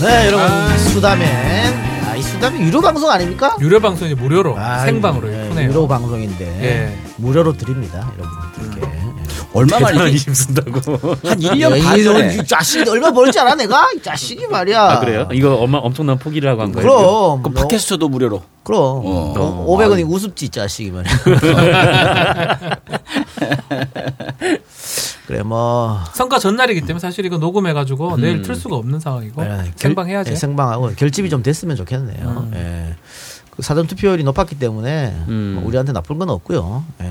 네, 여러분 수다맨. 아, 이 수다맨 유료 방송 아닙니까? 유료 방송이 무료로 아, 생방으로 예, 푸네요. 유료 방송인데 예. 무료로 드립니다, 여러분. 이렇게. 얼마 대단한 말이지? 힘 쓴다고. 한 1년 반 전에. 이 자식이 얼마 벌지 않아 내가 이 자식이 말이야. 아, 그래요? 이거 엄마 엄청난 포기라고 한 거예요? 그럼 그 너- 팟캐스트도 무료로. 그럼 어. 500원이 우습지 이 자식이 말이야. 그래 뭐 성과 전날이기 때문에 사실 이거 녹음해가지고 내일 틀 수가 없는 상황이고 예, 결- 뭐 생방 해야지. 음. 예, 생방하고 결집이 좀 됐으면 좋겠네요. 예. 그 사전 투표율이 높았기 때문에 음. 뭐 우리한테 나쁠 건 없고요. 예.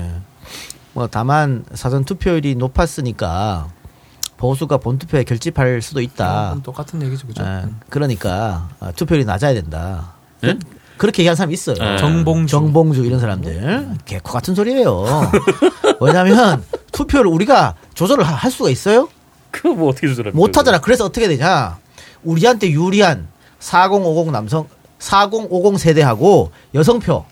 뭐 다만 사전 투표율이 높았으니까 보수가 본 투표에 결집할 수도 있다. 어, 그건 똑같은 얘기죠, 아, 음, 그죠? 예. 그러니까 아, 투표율이 낮아야 된다. 예? 그렇게 얘기한 사람 있어요. 네. 아. 예. 정봉주. 정봉주 이런 사람들 개코 같은 소리예요. 왜냐하면 투표를 우리가 조절을 하- 할 수가 있어요? 그거 뭐 어떻게 주더라? 못하더라. 그래서 어떻게 되냐? 우리한테 유리한 4050 남성 4050 세대하고 여성표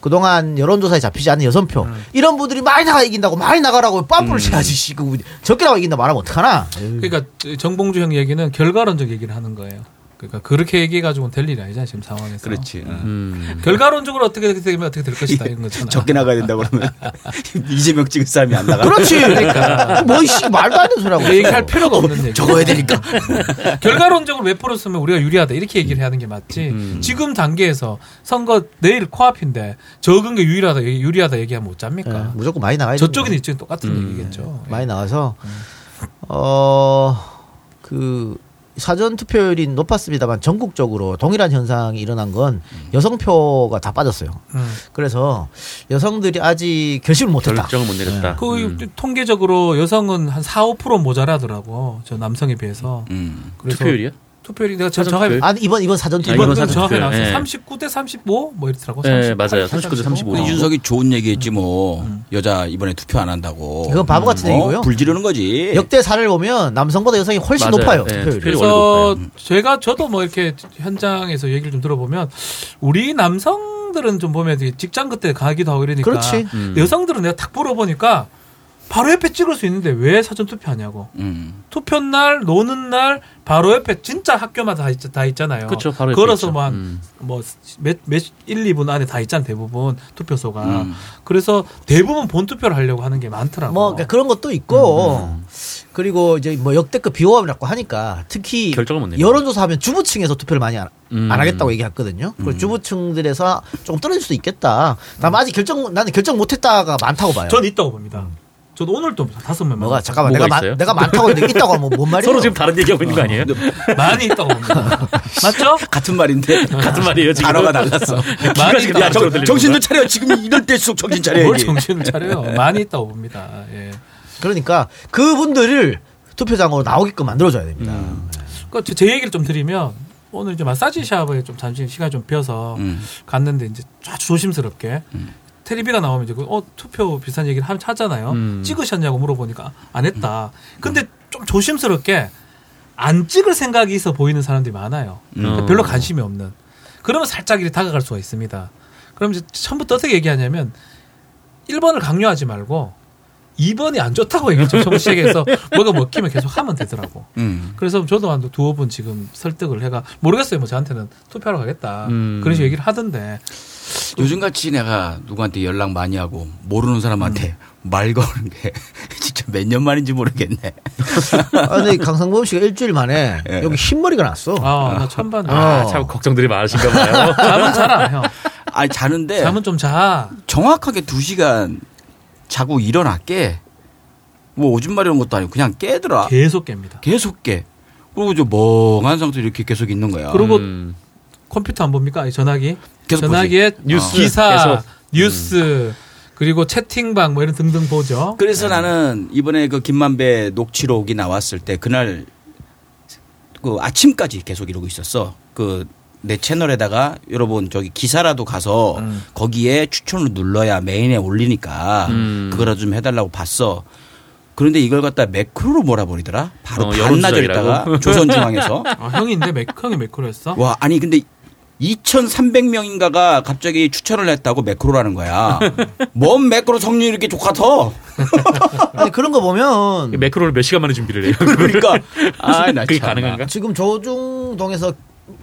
그동안 여론조사에 잡히지 않는 여성표 음. 이런 분들이 많이 나가 이긴다고 많이 나가라고 빰뿌를 쳐야지 씨. 그 적게 나가 이긴다 말하면 어떡하나 그러니까 정봉주 형 얘기는 결과론적 얘기를 하는 거예요. 그러니까 그렇게 얘기해 가지고는 될 일이 아니잖아요, 지금 상황에서. 그렇지. 어. 결과론적으로 어떻게 되면 어떻게 될 것이다 이런 거잖아. 적게 나가야 된다 그러면 이재명 찍을 사람이 안 나가. 그렇지 그러니까 뭐이씨 말도 안 되는 소리라고 우리가 그 얘기할 필요가 없는 얘기. 적어야 되니까 결과론적으로 몇 프로 쓰면 우리가 유리하다 이렇게 얘기를 해야 하는 게 맞지. 음. 지금 단계에서 선거 내일 코앞인데 적은 게 유리하다 얘기- 유리하다 얘기하면 못 예, 잡니까? 음. 무조건 많이 나가야 저쪽이나 뭐. 됩니다. 이쪽이 똑같은 음. 얘기겠죠. 예. 많이 나가서 어, 어그 사전 투표율이 높았습니다만 전국적으로 동일한 현상이 일어난 건 여성표가 다 빠졌어요. 음. 그래서 여성들이 아직 결심을 못했다. 결정을 못 내렸다. 음. 그 통계적으로 여성은 한 4, 5% 모자라더라고. 저 남성에 비해서. 음. 그래서 투표율이요? 투표율이 내가 저 사전 정확히 투표율? 아 이번 이번 사전 투표 이번 이번 사전 정확히 투표율. 나왔어. 예. 39대 35 뭐 이렇더라고. 예, 38, 맞아요. 39 대 35. 근데 어. 이준석이 좋은 얘기했지 뭐 여자 이번에 투표 안 한다고. 이건 바보 같은 음. 어? 얘기고요. 불지르는 거지. 역대 사를 보면 남성보다 여성이 훨씬 맞아요. 높아요. 예, 투표율이. 투표율이 그래서 원래 제가 저도 뭐 이렇게 현장에서 얘기를 좀 들어보면 우리 남성들은 좀 보면 이제 직장 그때 가기도 하고 이러니까 그렇지. 여성들은 내가 딱 물어보니까 바로 옆에 찍을 수 있는데 왜 사전 투표하냐고 음. 투표 날 노는 날 바로 옆에 진짜 학교마다 다, 있, 다 있잖아요. 그쵸, 바로 옆에 걸어서 있죠. 음. 뭐한뭐몇 몇, 1, 2분 안에 다 있잖아 대부분 투표소가. 음. 그래서 대부분 본 투표를 하려고 하는 게 많더라고. 뭐 그러니까 그런 것도 있고 음. 그리고 이제 뭐 역대급 비호감이라고 하니까 특히 결정을 못 내리는 여론조사하면 주부층에서 투표를 많이 안, 음. 안 하겠다고 얘기했거든요. 그리고 주부층들에서 조금 떨어질 수도 있겠다. 다만 아직 결정 나는 결정 못했다가 많다고 봐요. 전 있다고 봅니다. 저도 오늘도 다섯 명 뭐가 잠깐만 음. 뭐가 내가 많, 있어요? 내가 많다고 했는데 있다고 하면 뭔 말이에요? 서로 지금 다른 얘기하고 있는 거 아니에요? 많이 있다고 봅니다. 맞죠? 같은 말인데 같은 말이에요, 지금. 단어가 달랐어. 많이 있다고 야, 정, 들리는 정신 좀 차려. 지금 이럴 때일수록 정신 차려. 뭘 정신을 차려요. 많이 있다고 봅니다. 예. 그러니까 그분들을 투표장으로 나오게끔 만들어줘야 됩니다. 음. 그제 얘기를 좀 드리면 오늘 이제 마사지 샵에 좀 잠시 시간 좀 비어서 갔는데 이제 아주 조심스럽게 테레비가 나오면 이제 그, 어 투표 비슷한 얘기를 함 하잖아요. 찍으셨냐고 물어보니까 안 했다. 근데 좀 조심스럽게 안 찍을 생각이 있어 보이는 사람들이 많아요. 그러니까 음. 별로 관심이 없는. 그러면 살짝 이렇게 다가갈 수가 있습니다. 그럼 이제 처음부터 어떻게 얘기하냐면 1번을 강요하지 말고 2번이 안 좋다고 얘기했죠. 처음 시작해서 뭐가 먹히면 계속 하면 되더라고. 음. 그래서 저도 한 두어 분 지금 설득을 해가 모르겠어요. 뭐 저한테는 투표하러 가겠다. 음. 그런 식으로 얘기를 하던데 요즘같이 내가 누구한테 연락 많이 하고 모르는 사람한테 말 거는 게 진짜 몇 년 만인지 모르겠네. 아, 근데 강상범 씨가 일주일 만에 예. 여기 흰머리가 났어. 아나 처음 봤네. 아, 참 걱정들이 많으신가 봐요. 잠은 자라 형. 아니 자는데 잠은 좀 자. 정확하게 두 시간 자고 일어났게 뭐 오줌 마려운 것도 아니고 그냥 깨더라. 계속 깹니다. 계속 깨. 그리고 저 멍한 상태로 이렇게 계속 있는 거야. 그리고 음. 컴퓨터 안 봅니까? 아니, 전화기. 계속 전화기에 뉴스 기사, 계속. 뉴스 그리고 채팅방 뭐 이런 등등 보죠. 그래서 네. 나는 이번에 그 김만배 녹취록이 나왔을 때 그날 그 아침까지 계속 이러고 있었어. 그 내 채널에다가 여러분 저기 기사라도 가서 음. 거기에 추천을 눌러야 메인에 올리니까 음. 그거라 좀 해달라고 봤어. 그런데 이걸 갖다 매크로로 몰아버리더라. 바로 어, 반나절 여론조작이라고? 있다가 조선중앙에서 아, 형인데 맥, 형이 매크로였어? 와 아니 근데 2,300명인가가 갑자기 추천을 했다고 매크로라는 거야. 뭔 매크로 성률 이렇게 똑같아? 아니 그런 거 보면 매크로를 몇 시간 만에 준비를 해요. 그러니까 아나 그러니까. 그게 가능한가? 지금 조중 홍동에서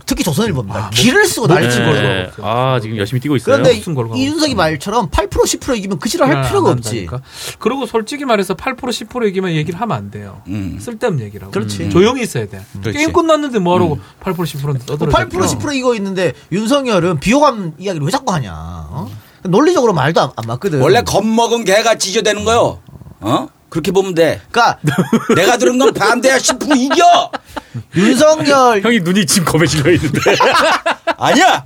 특히 조선일보입니다. 아, 기를 쓰고 난리치고 네. 아 지금 열심히 뛰고 있어요. 그런데 무슨 걸로 아, 이준석이 말처럼 8% 10% 이기면 그 지랄 할 필요가 안 없지. 한다니까. 그리고 솔직히 말해서 8% 10% 얘기만 얘기를 하면 안 돼요. 음. 쓸데없는 얘기라고. 그렇지. 음. 조용히 있어야 돼. 그렇지. 게임 끝났는데 뭐하라고 8% 10%는 떠들어. 8% 10%뭐 이거 있는데 윤석열은 비호감 이야기를 왜 자꾸 하냐. 어? 논리적으로 말도 안, 안 맞거든. 원래 겁먹은 개가 지저대는 거요. 어? 그렇게 보면 돼. 그러니까 내가 들은 건 반대야 싶으면 이겨. 윤석열 형이 눈이 지금 겁에 질려 있는데. 아니야.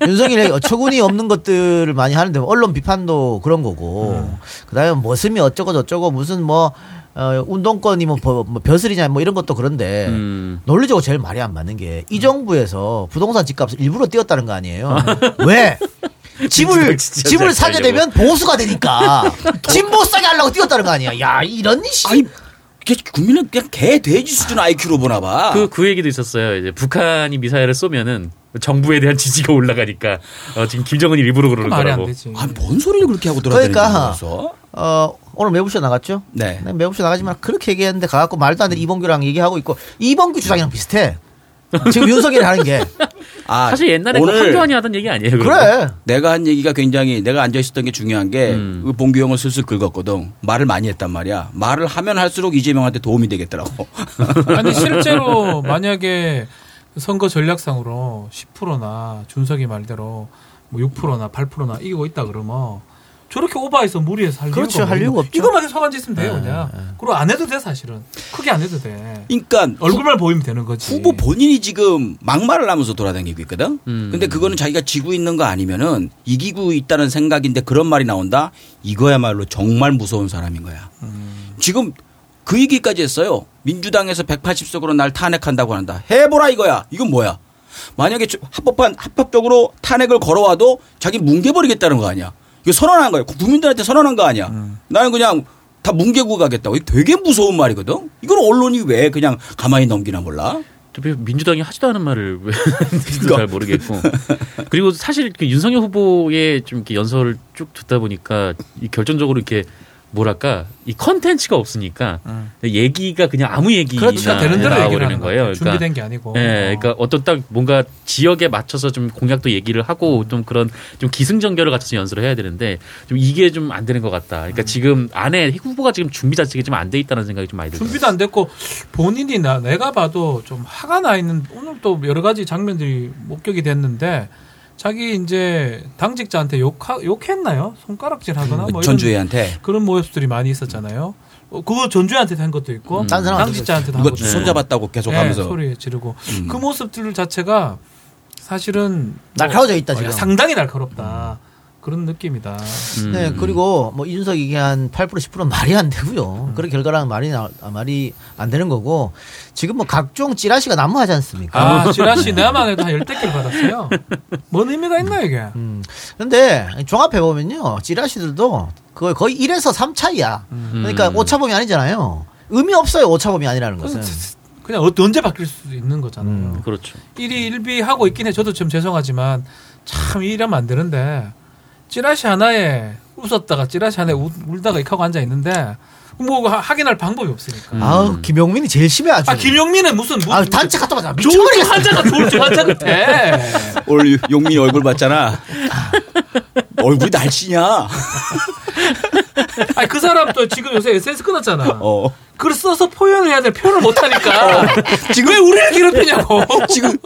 윤석열이 어처구니 없는 것들을 많이 하는데 언론 비판도 그런 거고 그다음에 머슴이 어쩌고 저쩌고 무슨 뭐 어, 운동권이 뭐, 벼- 뭐 벼슬이냐 뭐 이런 것도 그런데 음. 논리적으로 제일 말이 안 맞는 게 이 정부에서 부동산 집값을 일부러 띄웠다는 거 아니에요? 왜? 집을 민주당 지지하지 집을 사게 않게 되면 보수가 되니까 집못 사게 하려고 띄웠다는 거 아니야? 야 이런 씨. 아니, 이게 국민은 그냥 개 돼지 수준 IQ로 보나 봐. 그, 그 얘기도 있었어요. 이제 북한이 미사일을 쏘면은 정부에 대한 지지가 올라가니까 어, 지금 김정은이 일부러 그 그러는 말이 안 거라고. 되지. 아, 뭔 소리를 그렇게 하고 돌아다니는 거야, 그러니까. 그래서? 어, 오늘 매부쇼 나갔죠? 네. 매부쇼 나가지만 그렇게 얘기했는데 가갖고 말도 안 되는 이봉규랑 얘기하고 있고 이봉규 주장이랑 비슷해. 지금 윤석열이 하는 게 아, 사실 옛날에 그 오늘 황교안이 하던 얘기 아니에요. 그거? 그래. 내가 한 얘기가 굉장히 내가 앉아 있었던 게 중요한 게 음. 그 봉규 형을 슬슬 긁었거든. 말을 많이 했단 말이야. 말을 하면 할수록 이재명한테 도움이 되겠더라고. 아니 실제로 만약에 선거 전략상으로 10%나 준석이 말대로 뭐 6%나 8%나 이기고 있다 그러면 저렇게 오바해서 무리해서 할 그렇죠. 이유가 할 이유가 없는 없죠. 거야. 이것만 계속 앉아 있으면 네, 돼요 그냥. 그리고 안 해도 돼 사실은. 크게 안 해도 돼. 그러니까 얼굴만 보이면 되는 거지. 후보 본인이 지금 막말을 하면서 돌아다니고 있거든. 근데 그거는 자기가 지고 있는 거 아니면은 이기고 있다는 생각인데 그런 말이 나온다. 이거야말로 정말 무서운 사람인 거야. 지금 그 얘기까지 했어요. 민주당에서 180석으로 날 탄핵한다고 한다. 해보라 이거야. 이건 뭐야? 만약에 저- 합법한 합법적으로 탄핵을 걸어와도 자기 뭉개버리겠다는 거 아니야? 이거 선언한 거야. 국민들한테 선언한 거 아니야? 나는 그냥 다 뭉개고 가겠다고. 이거 되게 무서운 말이거든. 이걸 언론이 왜 그냥 가만히 넘기나 몰라? 저 민주당이 하지도 않은 말을 왜 하는지도 그러니까. 잘 모르겠고 그리고 사실 그 윤석열 후보의 좀 이렇게 연설을 쭉 듣다 보니까 이 결정적으로 이렇게 뭐랄까 이 컨텐츠가 없으니까 얘기가 그냥 아무 음. 얘기나 그렇죠. 되는 대로 얘기를 나와버리는 하는 거예요. 거예요. 그러니까 준비된 게 뭐. 아니고. 예, 그러니까 어떤 딱 뭔가 지역에 맞춰서 좀 공약도 얘기를 하고 음. 좀 그런 좀 기승전결을 갖춰서 연설을 해야 되는데 좀 이게 좀 안 되는 것 같다. 음. 그러니까 지금 안에 후보가 지금 준비 자체가 좀 안 돼 있다는 생각이 좀 많이 들어요. 네. 준비도 안 됐고 본인이 나 내가 봐도 좀 화가 나 있는 오늘 또 여러 가지 장면들이 목격이 됐는데 자기 이제 당직자한테 욕 욕했나요? 손가락질하거나 뭐 이런 그 전주애한테 그런 모습들이 많이 있었잖아요. 어, 그거 전주한테 한 것도 있고 딴 사람한테 당직자한테 한 누가 것도 있고. 손잡았다고 계속 예, 하면서 소리 지르고 음. 그 모습들 자체가 사실은 날카로워져 있다, 어, 지금. 상당히 날카롭다 그런 느낌이다. 음. 네 그리고 뭐 이준석 이게 한 8% 10% 말이 안 되고요. 그런 결과랑 말이 나, 아, 말이 안 되는 거고 지금 뭐 각종 찌라시가 난무하지 않습니까? 아 지라씨 내만 해도 한 열댓 개를 받았어요. 뭔 의미가 있나 이게? 음. 근데 종합해 보면요 찌라시들도 그거 거의 1에서 3 차이야. 그러니까 음, 오차범위 아니잖아요. 의미 없어요 오차범위 아니라는 것은. 그냥 어- 언제 바뀔 수도 있는 거잖아요. 음. 그렇죠. 1위 1비 하고 있긴 해. 저도 좀 죄송하지만 참 이러면 안 되는데 찌라시 하나에 웃었다가 찌라시 하나에 우- 울다가 이하고 앉아 있는데 뭐 하- 확인할 방법이 없으니까. 음. 아우 김용민이 제일 심해 아주. 아 김용민은 무슨 무슨 아, 네. 단체 갔다 와자 좋은 미쳐버리겠어. 환자가 좋은 환자 같아. 오늘 용민 얼굴 봤잖아. 얼굴이 날씬이야. 아니 그 사람 또 지금 요새 SNS 끊었잖아. 어. 글 써서 표현을 해야 될 표현을 못 어. 하니까 지금 왜 우리를 괴롭히냐고. 지금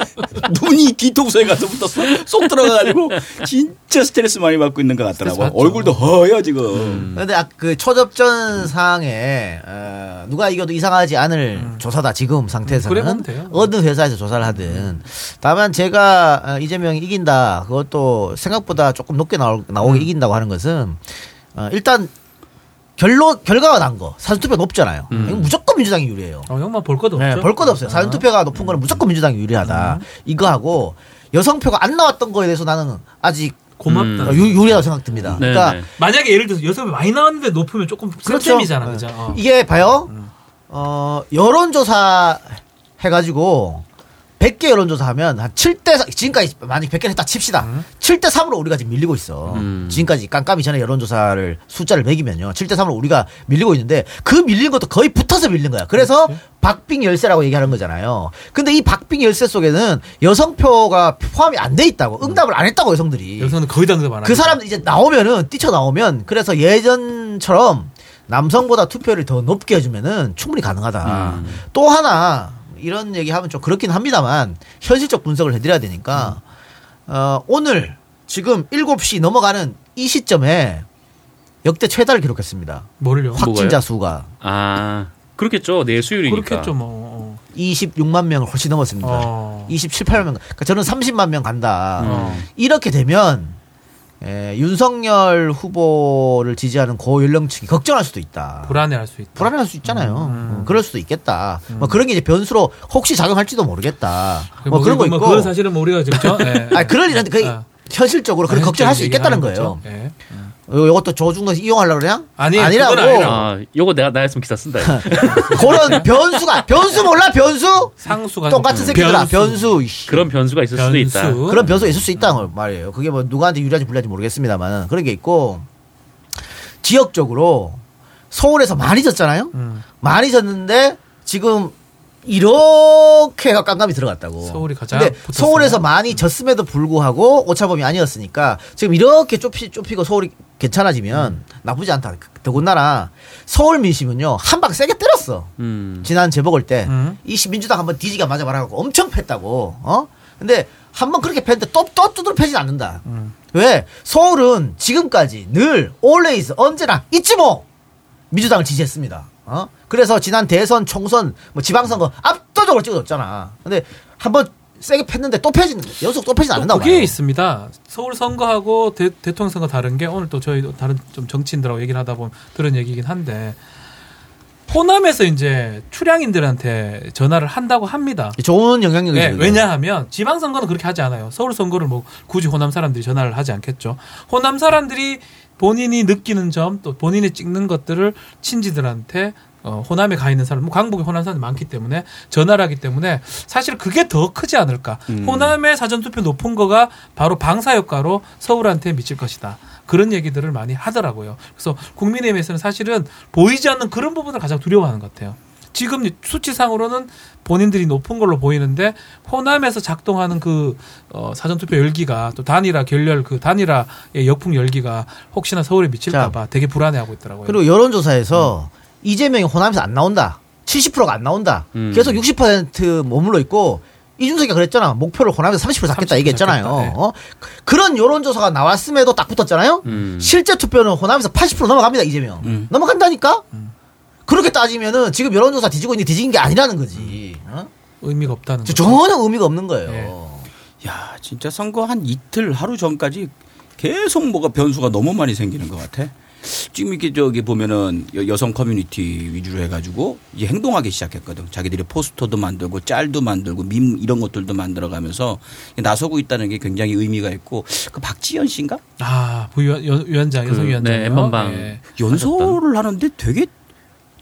눈이 뒤통수에 가서부터 쏙, 쏙 들어가가지고 진짜 스트레스 많이 받고 있는 것 같더라고. 스트레스 받죠. 음. 얼굴도 허여 지금. 근데 아, 그 초접전 상에 어, 누가 이겨도 이상하지 않을 조사다 지금 음. 그래 보면 상태에서는 돼요. 어느 회사에서 조사를 하든 다만 제가 어, 이재명이 이긴다 그것도 생각보다 조금 높게 나오, 음. 나오게 이긴다고 하는 것은 어, 일단 결론 결과가 난 거 사전투표 높잖아요 음. 이건 무조건 민주당이 유리해요 어, 형만 볼 것도 없죠. 아. 음. 네, 볼 것도 없어요 사전투표가 높은 거는 무조건 민주당이 유리하다 이거 하고 여성표가 안 나왔던 거에 대해서 나는 아직 고맙다. 어, 유, 유리하다고 생각됩니다 네, 그러니까 네. 만약에 예를 들어서 여성이 많이 나왔는데 높으면 조금 쌤이잖아, 그죠? 네. 어. 이게 봐요. 어, 여론조사 해가지고 100개 여론조사 하면 한 7대 4, 지금까지 만약 100개를 했다 칩시다. 7대 3으로 우리가 지금 밀리고 있어. 음. 지금까지 깜깜이 전에 여론조사를 숫자를 매기면요. 7대 3으로 우리가 밀리고 있는데 그 밀린 것도 거의 붙어서 밀린 거야. 그래서 박빙 열세라고 얘기하는 거잖아요. 근데 이 박빙 열세 속에는 여성표가 포함이 안 돼 있다고 응답을 안 했다고 여성들이. 여성은 거의 다 응답 안 하고. 그 사람들 이제 나오면은 뛰쳐 나오면 그래서 예전처럼 남성보다 투표를 더 높게 해주면은 충분히 가능하다. 또 하나 이런 얘기하면 좀 그렇긴 합니다만 현실적 분석을 해드려야 되니까 어, 오늘 지금 7시 넘어가는 이 시점에 역대 최다를 기록했습니다. 뭐를요? 확진자 수가 아 그렇겠죠. 내 수율이니까. 그렇겠죠 뭐. 26만 명을 훨씬 넘었습니다. 어. 27, 8만 명. 그러니까 저는 30만 명 간다. 어. 이렇게 되면 에, 윤석열 후보를 지지하는 고연령층이 걱정할 수도 있다. 불안해할 수 있다. 불안할 수 있잖아요. 음. 어, 그럴 수도 있겠다. 뭐 그런 게 이제 변수로 혹시 작용할지도 모르겠다. 그 뭐 그런 거 있고. 건 사실은 뭐 우리가 지금 저, 예. 아 그런 일은 그 아. 현실적으로 그런 걱정할 수 있겠다는 거예요. 음. 거죠. 예. 요- 요것도 조중동에서 이용하려고 그냥 아니, 아니라고 그건 아니라. 아 요거 내가 나였으면 기사 쓴다. 이거. 그런 변수가 변수 몰라 변수 상수가 그렇죠. 똑같은 새끼들아 변수, 이씨. 그런 변수가 있을 수도 있다. 그런 변수가 있을 수 있다는 걸 말이에요. 그게 뭐 누구한테 유리한지 불리한지 모르겠습니다만 그런 게 있고 지역적으로 서울에서 많이 졌잖아요. 음. 많이 졌는데 지금 이렇게 깜깜이 들어갔다고. 서울이 가장 근데 붙었어요. 서울에서 많이 졌음에도 불구하고 오차범위 아니었으니까 지금 이렇게 좁히, 좁히고 서울이 괜찮아지면 음. 나쁘지 않다. 그, 더군다나 서울 민심은요 한 방 세게 때렸어. 음. 지난 재보궐 때 음. 이 민주당 한번 뒤지게 맞아 말하고 엄청 팼다고. 어? 근데 한 번 그렇게 팼는데 또, 또 두드려 패진 않는다. 음. 왜? 서울은 지금까지 늘, always, 언제나, 잊지 뭐! 민주당을 지지했습니다. 어? 그래서 지난 대선, 총선, 뭐 지방선거 압도적으로 찍어줬잖아. 근데 한 번 세게 팼는데 또 패진, 연속 또 패진 않는다고. 그게 봐요. 있습니다. 서울 선거하고 대, 통령 선거 다른 게 오늘 또 저희 다른 좀 정치인들하고 얘기를 하다 보면 들은 얘기긴 한데 호남에서 이제 출향인들한테 전화를 한다고 합니다. 좋은 영향력이 네, 왜냐하면 지방 선거는 그렇게 하지 않아요. 서울 선거를 뭐 굳이 호남 사람들이 전화를 하지 않겠죠. 호남 사람들이 본인이 느끼는 점 또 본인이 찍는 것들을 친지들한테 어, 호남에 가 있는 사람, 뭐 광복에 호남 사람이 많기 때문에 전화를 하기 때문에 사실 그게 더 크지 않을까. 음. 호남의 사전투표 높은 거가 바로 방사효과로 서울한테 미칠 것이다. 그런 얘기들을 많이 하더라고요. 그래서 국민의힘에서는 사실은 보이지 않는 그런 부분을 가장 두려워하는 것 같아요. 지금 수치상으로는 본인들이 높은 걸로 보이는데 호남에서 작동하는 그 어, 사전투표 열기가 또 단일화 결렬 그 단일화의 역풍 열기가 혹시나 서울에 미칠까봐 되게 불안해하고 있더라고요. 그리고 여론조사에서 이재명이 호남에서 안 나온다. 70%가 안 나온다. 음. 계속 60% 머물러 있고 이준석이 그랬잖아. 목표를 호남에서 30% 잡겠다 30% 얘기했잖아요. 잡겠다, 네. 어? 그런 여론조사가 나왔음에도 딱 붙었잖아요. 음. 실제 투표는 호남에서 80% 넘어갑니다. 이재명 음. 넘어간다니까. 그렇게 따지면은 지금 여론조사 뒤지고 있는 게 뒤진 게 아니라는 거지. 어? 의미가 없다는 거죠. 전혀 의미가 없는 거예요. 야 진짜 선거 한 이틀 하루 전까지 계속 뭐가 변수가 너무 많이 생기는 것 같아. 지금 이렇게 저기 보면은 여- 여성 커뮤니티 위주로 해가지고 이제 행동하기 시작했거든. 자기들이 포스터도 만들고 짤도 만들고 밈 이런 것들도 만들어가면서 나서고 있다는 게 굉장히 의미가 있고 그 박지현 씨인가 아 부위원장 여성 그, 위원장 예. 네, 엠번방. 연설을 하는데 되게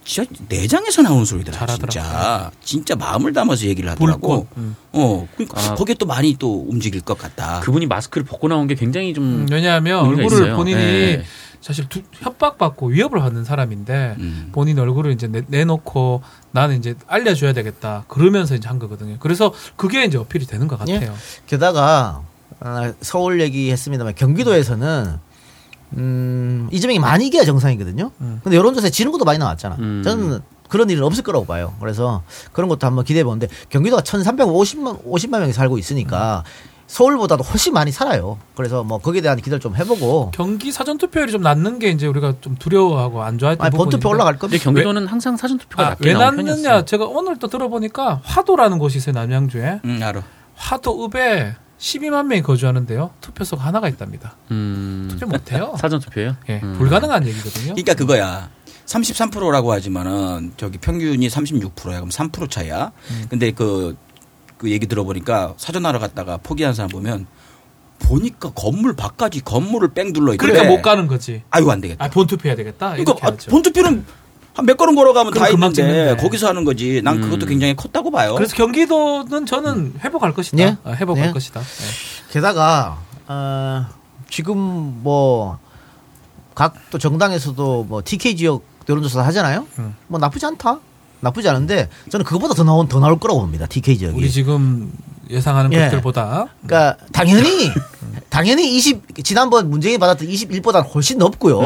진짜 내장에서 나오는 소리더라 잘하더라고요. 진짜 진짜 마음을 담아서 얘기를 하더라고. 불꽃. 음. 어 그러니까 아. 거기에 또 많이 또 움직일 것 아. 같다. 그분이 마스크를 벗고 나온 게 굉장히 좀 음, 네. 왜냐하면 음, 의미가 얼굴을 있어요. 본인이 네. 사실 두- 협박받고 위협을 받는 사람인데 음. 본인 얼굴을 이제 내, 내놓고 나는 이제 알려줘야 되겠다 그러면서 이제 한 거거든요. 그래서 그게 이제 어필이 되는 것 예. 같아요. 게다가 아, 서울 얘기했습니다만 경기도에서는 음, 이재명이 많이 이겨야 정상이거든요. 음. 근데 여론조사에 지는 것도 많이 나왔잖아. 음. 저는 그런 일은 없을 거라고 봐요. 그래서 그런 것도 한번 기대해 보는데 경기도가 1,350만 50만 명이 살고 음. 있으니까 서울보다도 훨씬 많이 살아요. 그래서 뭐 거기에 대한 기대를 좀 해보고 경기 사전 투표율이 좀 낮는 게 이제 우리가 좀 두려워하고 안 좋아했던 아니 부분인데 본투표 올라갈 겁니다. 근데 경기도는 항상 사전 투표가 아, 낮게 왜 나온 났느냐 편이었어요. 제가 오늘 또 들어보니까 화도라는 곳이 있어요 남양주에 음, 알아. 화도읍에 12만 명이 거주하는데요 투표소 가 하나가 있답니다 음. 투표 못해요 사전 투표예요? 예 음. 불가능한 얘기거든요 그러니까 그거야. 33%라고 하지만은 저기 평균이 36%야. 그럼 3% 차이야. 음. 근데 그, 그 얘기 들어보니까 사전하러 갔다가 포기한 사람 보면 보니까 건물 바깥이 건물을 뺑 둘러 있고. 그러니까 못 가는 거지 아유 안 되겠다. 아 본투표 해야 되겠다 이렇게 그러니까 하죠 본투표는 한 몇 걸음 걸어가면 그럼 다 금방 있는데 찍는데. 음. 그렇죠. 거기서 하는 거지. 난 그것도 굉장히 컸다고 봐요. 그래서 경기도는 저는 회복할 것이다. 예? 아, 회복할 예. 것이다. 예. 게다가 어, 지금 뭐 각 또 정당에서도 뭐 TK 지역 여론조사 하잖아요. 음. 뭐 나쁘지 않다. 나쁘지 않은데 저는 그거보다 더 나온 더 나올 거라고 봅니다. TK 우리 음. 지역이. 지금 예상하는 예. 것들보다 그러니까 당연히 음. 당연히 20 지난번 문재인이 받았던 21보다 훨씬 높고요.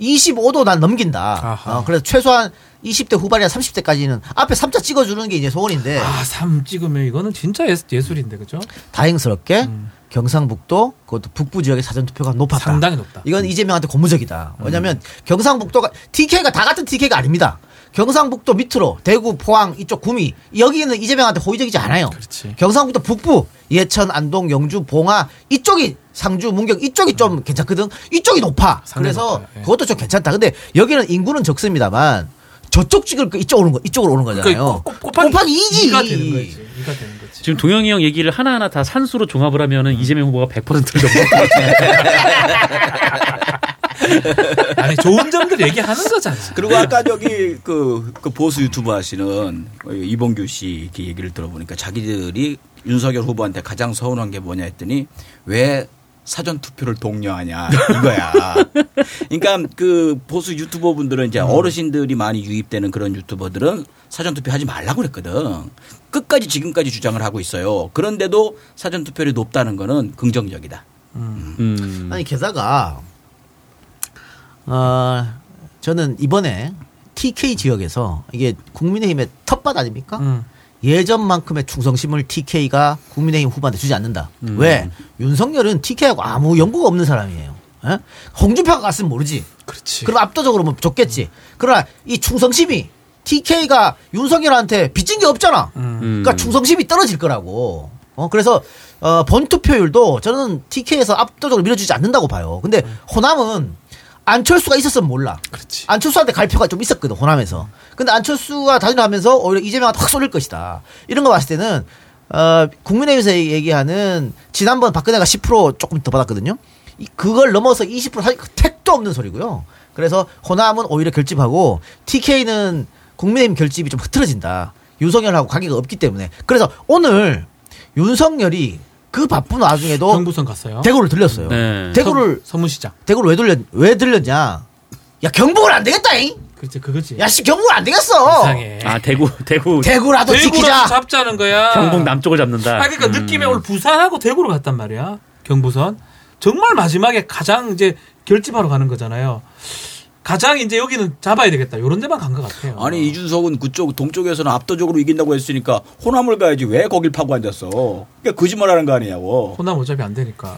25도 난 넘긴다. 음. 아하. 어, 그래서 최소한 20대 후반이나 30대까지는 앞에 3자 찍어주는 게 이제 소원인데 아, 3 찍으면 이거는 진짜 예- 예술인데 그죠? 다행스럽게 경상북도 그것도 북부 지역의 사전투표가 높았다. 음. 상당히 높다. 음. 이건 이재명한테 고무적이다. 왜냐하면 경상북도가 TK가 다 같은 TK가 아닙니다. 경상북도 밑으로 대구, 포항 이쪽 구미 여기는 이재명한테 호의적이지 않아요. 그렇지. 경상북도 북부 예천, 안동, 영주, 봉화 이쪽이 상주, 문경 이쪽이 좀 괜찮거든. 이쪽이 높아. 음. 상당히 그래서 높아요. 예. 그것도 좀 괜찮다. 근데 여기는 인구는 적습니다만 저쪽 찍을 거 이쪽 오는 거 이쪽으로 오는 그러니까 거잖아요. 그러니까 곱하기 이지. 가 되는 거지. 이가 되는 거지. 지금 동영이 형 얘기를 하나하나 다 산수로 종합을 음. 하면은 이재명 후보가 100%를 넘는 것 같아요. 아니 좋은 점들 얘기하는 거잖아. 그리고 아까 저기 그, 그 보수 유튜브 하시는 이봉규 씨 이렇게 얘기를 들어보니까 자기들이 윤석열 후보한테 가장 서운한 게 뭐냐 했더니 왜 사전 투표를 독려하냐 이거야. 그러니까 그 보수 유튜버 분들은 음. 이제 어르신들이 많이 유입되는 그런 유튜버들은 사전 투표하지 말라고 그랬거든. 끝까지 지금까지 주장을 하고 있어요. 그런데도 사전 투표율이 높다는 거는 긍정적이다. 음. 아니 게다가 어, 저는 이번에 TK 지역에서 이게 국민의힘의 텃밭 아닙니까? 음. 예전만큼의 충성심을 TK가 국민의힘 후보한테 주지 않는다. 왜? 윤석열은 TK하고 아무 연고가 없는 사람이에요. 예? 홍준표가 갔으면 모르지. 그렇지. 그럼 압도적으로 뭐 좋겠지. 그러나 이 충성심이 TK가 윤석열한테 빚진 게 없잖아. 음. 그러니까 충성심이 떨어질 거라고. 어, 그래서 어, 본 투표율도 저는 TK에서 압도적으로 밀어주지 않는다고 봐요. 근데 음. 호남은 안철수가 있었으면 몰라. 그렇지. 안철수한테 갈표가 좀 있었거든 호남에서. 근데 안철수가 다니면서 오히려 이재명한테 확 쏠릴 것이다. 이런 거 봤을 때는 어, 국민의힘에서 얘기하는 지난번 박근혜가 10% 조금 더 받았거든요. 이- 그걸 넘어서 20% 사실 택도 없는 소리고요. 그래서 호남은 오히려 결집하고 TK는 국민의힘 결집이 좀 흐트러진다. 윤석열하고 관계가 없기 때문에. 그래서 오늘 윤석열이 그 바쁜 와중에도 경부선 갔어요. 대구를 들렸어요. 네. 대구를 서- 서문시장. 대구를 왜 들렸 왜 들렸냐? 야 경북은 안 되겠다잉. 그렇지 그거지. 야씨 경북은 안 되겠어. 이상해. 아 대구 대구 대구라도 대구라도 지키자. 잡자는 거야. 경북 음. 남쪽을 잡는다. 아 그러니까 느낌에 오늘 부산하고 대구로 갔단 말이야. 경부선. 정말 마지막에 가장 이제 결집하러 가는 거잖아요. 가장 이제 여기는 잡아야 되겠다. 요런 데만 간 것 같아요. 아니 이준석은 그쪽 동쪽에서는 압도적으로 이긴다고 했으니까 호남을 가야지 왜 거길 파고 앉았어? 그러니까 거짓말하는 거 아니냐고. 호남 어차피 안 되니까.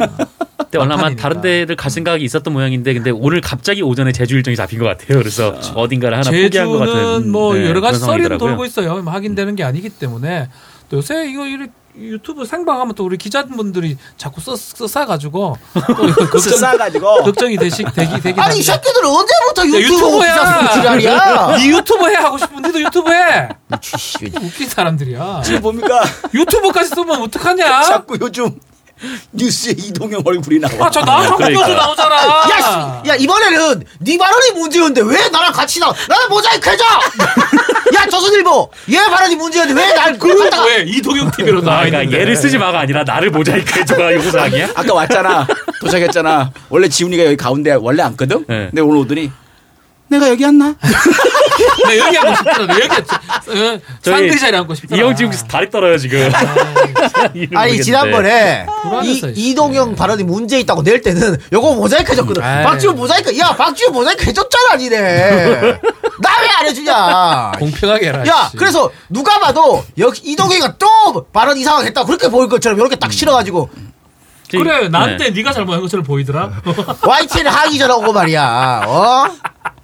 그때 얼마나 막판이니까. 다른 데를 갈 생각이 있었던 모양인데 근데 음. 오늘 갑자기 오전에 제주 일정이 잡힌 것 같아요. 그래서 어딘가를 하나 포기한 것 같은 그렇죠. 제주는 뭐 네, 여러 가지 썰이 그런 상황이더라고요. 음. 돌고 있어요. 뭐 확인되는 게 아니기 때문에 또 요새 이거 이렇게 유튜브 생방하면 또 우리 기자분들이 자꾸 써, 써가지고 또 이거 그거 걱정, 싸가지고 걱정이 되시, 되기, 되긴 아니 이 합니다. 네, 새끼들은 언제부터 야, 유튜브 기사 쓰는 지랄이야? 니 유튜버 해 하고 싶은데 도 유튜브 해. 씨, 웃긴 사람들이야. 지금 보니까 어? 유튜버까지 쓰면 어떡하냐? 자꾸 요즘 뉴스에 이동형 얼굴이 나와. 아, 저 나랑 그러니까. 공격도 나오잖아. 야, 씨, 야 이번에는 네 발언이 문제였는데 왜 나랑 같이 나? 나는 모자이크 해줘. 야 조선일보 얘 발언이 문제였는데 왜날 그리고 그러다가 왜 네, 이동형 TV로 아, 나와 그러니까 있는데? 얘를 쓰지 마가 아니라 나를 모자이크 해줘가 요구사항이야? 아까 왔잖아. 도착했잖아. 원래 지훈이가 여기 가운데 원래 앉거든. 네. 근데 오늘 오더니 내가 여기 앉나? 나 여기 앉고 싶더라. 나 여기 앉- 어, 상대 자리에 앉고 싶더라. 이형 지금 다리 떨어요 지금. 이유를 아니 모르겠는데. 지난번에 불안했어, 이, 이동영 발언이 문제 있다고 낼 때는 요거 모자이크 해줬거든. 음, 아이. 박지훈 모자이크 야 박지훈 모자이크 해줬잖아 니네. 나 왜 안 해주냐? 아, 공평하게 해라. 야, 씨. 그래서 누가 봐도 여기 이동희가 또 발언 이상하게 했다 그렇게 보일 것처럼 이렇게 딱 실어가지고 지금- 그래 네. 나한테 네. 가 잘못한 것처럼 보이더라. 어, YTN 항의 전화 오고 말이야. 어?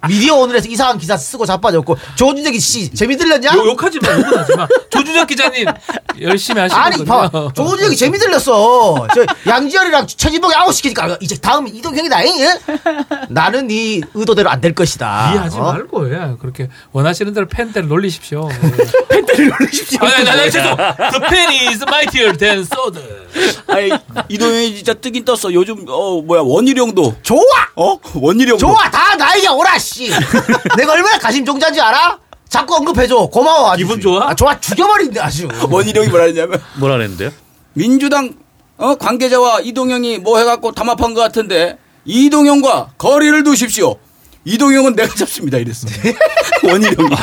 미디어 오늘에서 이상한 기사 쓰고 자빠졌고 조준혁이 씨 재미 들렸냐? 욕- 욕하지 마, 욕은 하지 마. 조준혁 기자님 열심히 아니, 하시는 봐. 거요 어. 조준혁이 재미 들렸어. 저 양지열이랑 최진봉이 아웃 시키니까 아, 이제 다음 이동형이다. 잉? 예? 나는 네 의도대로 안 될 것이다. 이해하지 어? 말고 예 그렇게 원하시는 대로 팬들 놀리십시오. 팬들 놀리십시오. 아니 아니 아니 죄송. The pen is mightier than sword. 아니 이동형이 진짜 뜨긴 떴어. 요즘 어 뭐야 원희룡도 좋아, 어 원희룡도 좋아, 다 나에게 오라. 씨. 씨. 내가 얼마나 가심종자인지 알아? 자꾸 언급해줘. 고마워. 아주. 기분 좋아? 아, 좋아. 죽여버린대, 아주. 원희룡이 뭐라 했냐면 뭐라 그랬는데요? 민주당 어, 관계자와 이동영이 뭐 해갖고 담합한 것 같은데 이동영과 거리를 두십시오. 이동영은 내가 잡습니다. 이랬어. 원희룡이.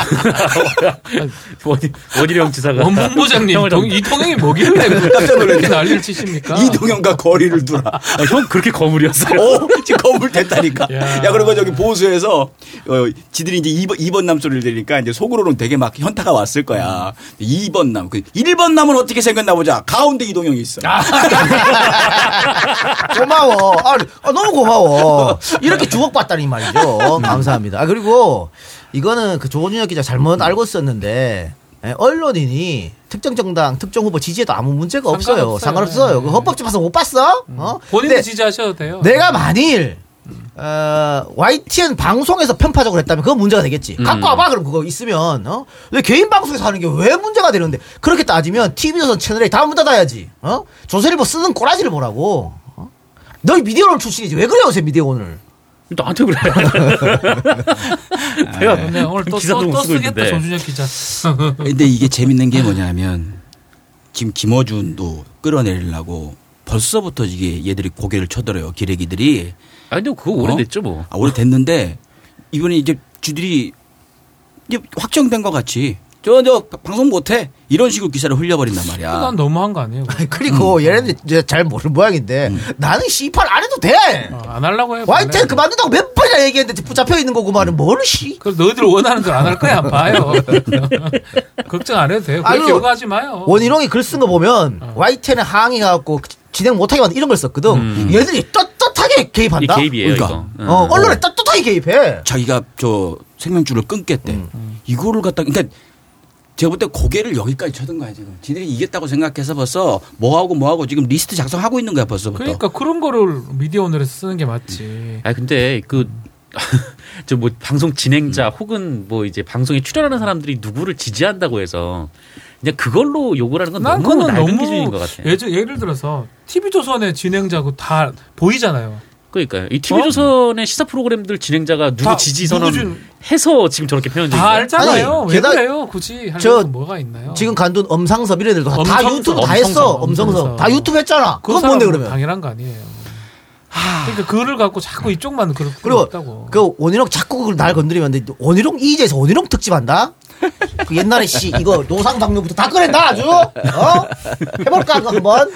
원희 원희룡 지사가 원본부장님 형을 동, 좀- 이 통행이 뭐길래 그렇게 난리를 치십니까? 이동영과 거리를 두라. 아, 형 그렇게 거물이었어요. 오, 지금 거물 됐다니까. 야. 야, 그리고 저기 보수에서 어, 지들이 이제 2번, 2번 남소리를 들으니까 이제 속으로는 되게 막 현타가 왔을 거야. 2번 남. 그 1번 남은 어떻게 생겼나 보자. 가운데 이동영이 있어. 고마워. 아, 아, 너무 고마워. 이렇게 주목받다니 말이죠. 감사합니다. 아, 그리고 이거는 그 조원준혁 기자 잘못 알고 있었는데 예, 언론인이 특정 정당, 특정 후보 지지해도 아무 문제가 없어요. 상관없어요. 네. 상관없어요. 그 헌법 좀 봐서 못 봤어? 어? 본인도 근데 지지하셔도 돼요. 내가 만일 어, YTN 방송에서 편파적으로 했다면 그건 문제가 되겠지. 갖고 와봐 그럼 그거 있으면 어? 왜 개인 방송에서 하는 게 왜 문제가 되는데 그렇게 따지면 TV조선 채널에 다 문 닫아야지. 어? 조선일보 쓰는 꼬라지를 보라고. 어? 너희 미디어오늘 출신이지 왜 그래 요새 미디어오늘? 나한테 그래. 내가 네, 오늘 또, 기사도 또, 못 또 쓰고 쓰겠다 있는데. 전준혁 기자. 근데 이게 재밌는 게 뭐냐면 지금 김어준도 끌어내리려고 벌써부터 이게 얘들이 고개를 쳐들어요. 기레기들이. 아 근데 그거 어? 오래됐죠 뭐. 아, 오래됐는데 이번에 이제 쥐들이 이제 확정된 것 같이 저, 저 방송 못해. 이런 식으로 기사를 흘려버린단 말이야. 난 음. 너무한 거 아니에요? 아니, 그리고 얘네들 이제 잘 모르는 모양인데 나는 씨팔 안 해도 돼. 어, 안 하려고 해. YTN 그만둔다고 몇 번이나 얘기했는데 붙잡혀 있는 거구만은 뭘 씨. 그럼 너희들 원하는 대로 안 할 거야 봐요. 걱정 안 해도 돼요. 아니, 그렇게 요구하지 마요. 원희룡이 글 쓴 거 보면 어. YTN 항의해갖고 진행 못하게 만든 이런 걸 썼거든. 얘들이 떳떳하게 이 음. 개입한다. 개입이에요 그러니까. 이거. 어, 언론에 떳떳하게 개입해. 자기가 저 생명줄을 끊겠대. 음. 이거를 갖다 그러니까 제가 볼 때 고개를 여기까지 쳐든 거야 지금. 지들이 이겼다고 생각해서 벌써 뭐하고 뭐하고 지금 리스트 작성하고 있는 거야 벌써부터. 그러니까 그런 거를 미디어 오늘에서 쓰는 게 맞지. 아 근데 그저 뭐 방송 음. 진행자 혹은 뭐 이제 방송에 출연하는 사람들이 누구를 지지한다고 해서 그냥 그걸로 욕을 하는 건 난 음, 너무 그거는 낡은 너무 기준인 것 같아. 요 예를, 예를 들어서 TV 조선의 진행자고 다 보이잖아요. 그러니까 이 TV 조선의 시사 프로그램들 진행자가 누구 어? 다 지지 선언 누구 지- 해서 지금 저렇게 표현 중인 다 거예요. 알잖아요. 아니, 왜 게다- 그래요? 굳이 할 저 저, 뭐가 있나요? 지금 간둔 엄상섭 이런 애들도 다 엄상섭, 유튜브 다 했어. 엄상섭, 엄상섭. 엄상섭. 다 유튜브 했잖아. 그 그건 뭔데 사람은 그러면? 당연한 거 아니에요. 그러니까 그를 갖고 자꾸 이쪽만 그럴 필요 그리고 없다고. 그 원희룡 자꾸 그걸 날 건드리면 안 돼. 원희룡 이제에서 원희룡 특집한다. 그 옛날에 씨 이거 노상 당뇨부터 다 꺼낸다 아주. 어? 해볼까 그거 한번.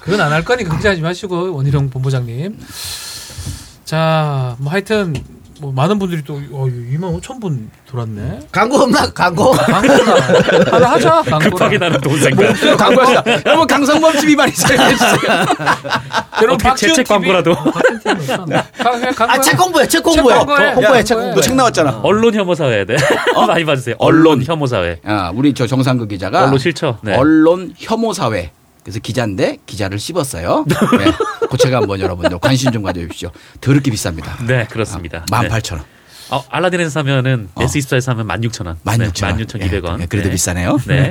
그건 안 할 거니까 걱정하지 마시고 원희룡 본부장님. 자, 뭐 하여튼 뭐 많은 분들이 또 어, 2만 5천 분 돌았네. 광고 없나? 광고. 아, 광고나 하나 하자. 광고나. 급하게 나는 돈 뭐, 생각. 광고합니다. 네. 여러분 강성범 집 이발 해주세요. 여러분 어떻게 박지훈 제 TV. 광고라도. 어, 박지훈 TV 는 괜찮아. 광- 그냥 광고야. 아, 책 공부해, 책 책 공부해. 공부해. 공부해, 야, 책 너 공부해. 뭐 너책 나왔잖아. 언론 혐오 사회 네. 어? 많이 봐주세요. 언론. 언론 혐오 사회. 아, 우리 저 정상극 아. 기자가 언론 실처. 네. 언론 혐오 사회. 그래서 기자인데 기자를 씹었어요. 네. 고체가 한번 여러분들 관심 좀 가져주십시오. 더럽게 비쌉니다. 네 아, 그렇습니다. 네. 18,000원. 어, 알라딘에서 사면은 어. S24에서 사면 16,000원. 네, 16,000원. 16,200원. 예, 그래도 비싸네요. 네.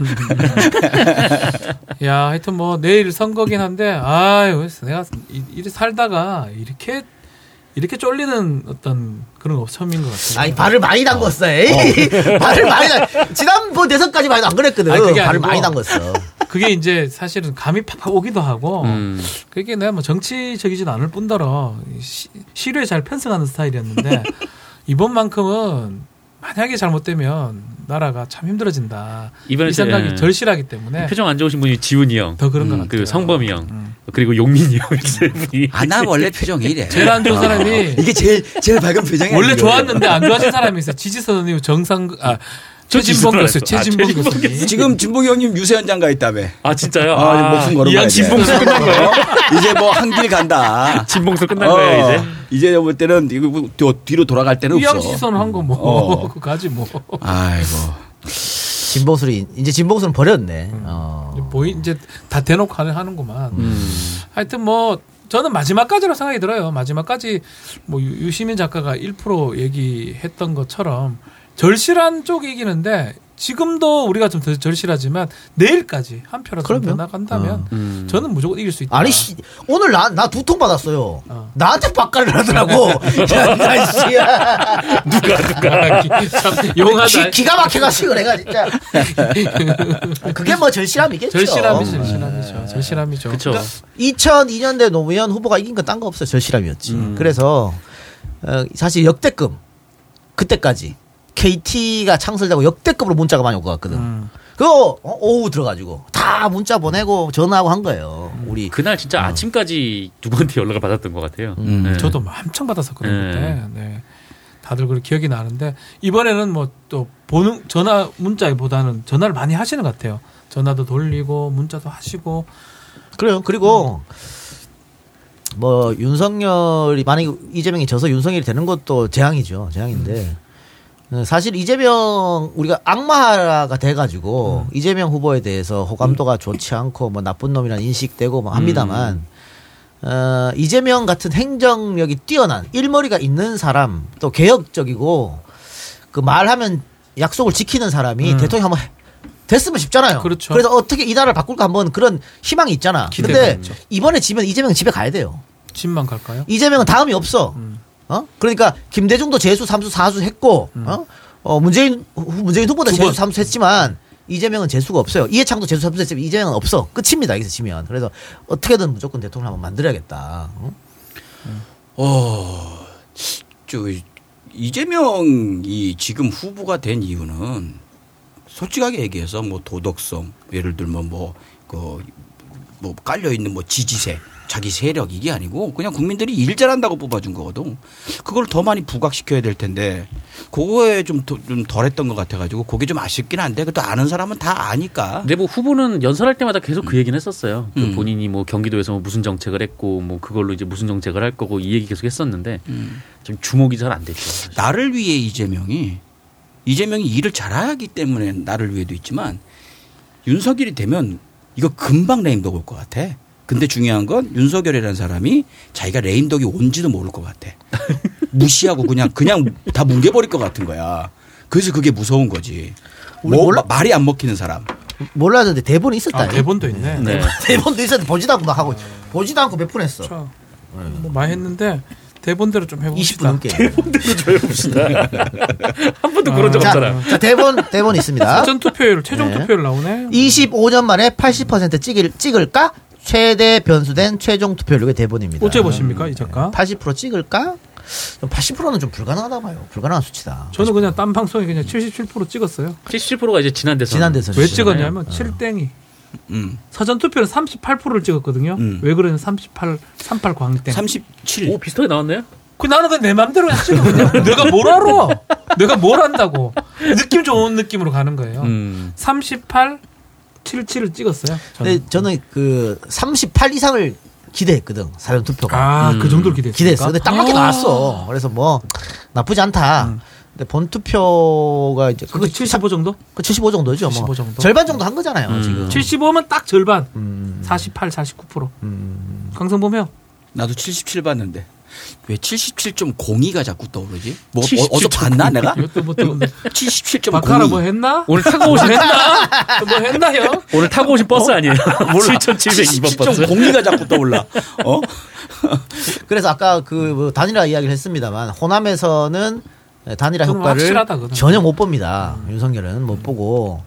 야, 하여튼 뭐 내일 선거긴 한데 아유, 내가 이- 이래 살다가 이렇게 이렇게 쫄리는 어떤 그런 거 처음인 것 같아요. 아니 발을 많이 담궜어. 에이. 발을 많이 담. 지난번 대선까지 말도 안 그랬거든. 아니, 그게 발을 아니고. 많이 담궜어. 그게 이제 사실은 감이 팍팍 오기도 하고 어. 음. 그게 내가 뭐 정치적이진 않을 뿐더러 시, 시류에 잘 편승하는 스타일이었는데 이번만큼은 만약에 잘못되면 나라가 참 힘들어진다. 이번에 이 생각이 예. 절실하기 때문에 표정 안 좋으신 분이 지훈이 형. 더 그런 것 같아요. 그 성범이 형. 음. 그리고 용민이 형. 이세 분이. 아, 나 원래 표정이 이래. 어. 제일 안 좋은 사람이 이게 제일 제일 밝은 표정이야. 원래 이거. 좋았는데 안 좋아진 사람이 있어요. 지지선 의원 정상 아 최진봉 교수, 최진봉 아, 최진봉 교수님. 지금 진봉이 형님 유세현 장가 있다며. 아, 진짜요? 아, 이제 목숨 걸어봐야 이한 돼. 진봉수 끝난 거예요? 이제 뭐 한길 간다. 진봉수 끝난 거예요, 어, 이제? 이제 볼 때는 이거 뭐 뒤- 뒤로 돌아갈 데는 없어. 이양지선 한 거 뭐 어. 그거 가지 뭐 아이고. 진봉수를 인- 이제 진봉수는 버렸네. 어. 보이 이제 다 대놓고 하는 하는구만. 음. 음. 하여튼 뭐 저는 마지막까지로 생각이 들어요. 마지막까지 뭐 유- 유시민 작가가 1% 얘기했던 것처럼 절실한 쪽이 이기는데 지금도 우리가 좀 더 절실하지만 내일까지 한 표라도 더 그럼요. 어, 나간다면 음. 저는 무조건 이길 수 있다. 아니 씨 오늘 나 나 두 통 받았어요. 어. 나한테 박갈을 하더라고. 야나 씨야. 누가 누가 참 용하다. 기, 기가 막혀가지고 내가 진짜. 그게 뭐 절실함이겠죠. 절실함이 어, 네. 절실함이죠. 절실함이죠. 그렇죠. 그러니까 2002년대 노무현 후보가 이긴 건 딴 거 없어요. 절실함이었지. 그래서 어, 사실 역대급 그때까지 KT가 창설되고 역대급으로 문자가 많이 올 것 같거든. 음. 그거 어, 오후 들어가지고 다 문자 보내고 전화하고 한 거예요. 우리 그날 진짜 아침까지 누구한테 연락을 받았던 것 같아요. 어. 음. 네. 저도 막 엄청 받았었거든요. 네. 그때. 네. 다들 그런 기억이 나는데 이번에는 뭐 또 보는 전화 문자보다는 전화를 많이 하시는 것 같아요. 전화도 돌리고 문자도 하시고 그래요. 그리고 음. 뭐 윤석열이 만약에 이재명이 져서 윤석열이 되는 것도 재앙이죠. 음. 재앙인데 사실 이재명 우리가 악마가 돼가지고 음. 이재명 후보에 대해서 호감도가 좋지 않고 뭐 나쁜 놈이란 인식되고 뭐 합니다만 음. 어, 이재명 같은 행정력이 뛰어난 일머리가 있는 사람 또 개혁적이고 그 말하면 약속을 지키는 사람이 음. 대통령 한번 해- 됐으면 싶잖아요. 그렇죠. 래서 어떻게 이 나라를 바꿀까 한번 그런 희망이 있잖아. 기대가 근데 있죠. 이번에 지면 이재명 집에 가야 돼요. 집만 갈까요? 이재명은 다음이 없어. 어? 그러니까 김대중도 재수 삼수 사수 했고 어? 어, 문재인 후- 문재인 후보도 음. 두 번. 재수 삼수 했지만 이재명은 재수가 없어요. 이해창도 재수 삼수 했지만 이재명은 없어. 끝입니다. 여기서 지면. 그래서 어떻게든 무조건 대통령 한번 만들어야겠다. 어? 어, 저 이재명이 지금 후보가 된 이유는 솔직하게 얘기해서 뭐 도덕성 예를 들면 뭐그뭐 깔려 있는 뭐 지지세 자기 세력 이게 아니고 그냥 국민들이 일 잘한다고 뽑아준 거거든. 그걸 더 많이 부각시켜야 될 텐데 그거에 좀 좀 덜했던 것 같아가지고 그게 좀 아쉽긴 한데 그래도 아는 사람은 다 아니까. 근데 뭐 후보는 연설할 때마다 계속 그 얘기는 했었어요. 그 음. 본인이 뭐 경기도에서 뭐 무슨 정책을 했고 뭐 그걸로 이제 무슨 정책을 할 거고 이 얘기 계속 했었는데 음. 좀 주목이 잘 안 됐죠. 사실. 나를 위해 이재명이 이재명이 일을 잘하기 때문에 나를 위해도 있지만 윤석열이 되면 이거 금방 레임덕 올 것 같아. 근데 중요한 건 윤석열이라는 사람이 자기가 레임덕이 온지도 모를 것 같아. 무시하고 그냥 그냥 다 뭉개버릴 것 같은 거야. 그래서 그게 무서운 거지. 우리 뭐, 몰라- 마- 말이 안 먹히는 사람. 몰랐는데 대본이 있었다. 아, 대본도 있네. 네. 대본도 있었는데 보지도 않고 막 하고 보지도 않고 몇 분 했어. 그렇죠. 뭐 많이 했는데 아, 대본대로 좀 해봅시다. 20분 넘게. 한 번도 그런 적 자, 없잖아요. 자, 대본 대본 있습니다. 사전 투표율 최종 네. 투표율 나오네. 25년 만에 80% 찍을, 찍을까? 최대 변수된 최종 투표율 이게 대본입니다. 어째 보십니까 이 작가? 80% 찍을까? 80%는 좀 불가능하다 봐요. 불가능한 수치다. 저는 그냥 딴 방송에 그냥 77% 네. 찍었어요. 77%가 이제 지난 대선. 지난 대선. 왜 그렇죠. 찍었냐면 7땡이 음. 사전 투표는 38%를 찍었거든요. 음. 왜 그러냐 38 38 네. 광땡. 37. 오 비슷하게 나왔네요. 그 나는 그내 맘대로 그냥 찍어 그냥. 내가 뭘 알아? 내가 뭘 안다고? 느낌 좋은 느낌으로 가는 거예요. 음. 38 77을 찍었어요. 저는. 근데 저는 그 38 이상을 기대했거든. 사전 투표가. 아, 그 정도로 아. 기대했어. 기대했어. 근데 딱 맞게 나왔어. 그래서 뭐 나쁘지 않다. 음. 근데 본 투표가 이제 그거 75 정도? 75 정도죠. 뭐 75 정도? 음. 절반 정도 한 거잖아요. 지금. 75면 딱 절반. 음. 48, 49%. 강성범이요. 나도 77 봤는데 왜 77.02가 자꾸 떠오르지? 뭐 어- 77.02? 어디서 봤나 내가? 이것도 뭐 또. 77.02. 바카라 뭐 했나? 오늘 타고 오신 뭐 했나 형? 오늘 타고 오신 버스 아니에요? 7,702번 버스. 0가 자꾸 떠올라. 어? 그래서 아까 그 뭐 단일화 이야기를 했습니다만 호남에서는 네, 단일화 그건 효과를 확실하다, 그건. 전혀 못 봅니다. 윤석열은 못 보고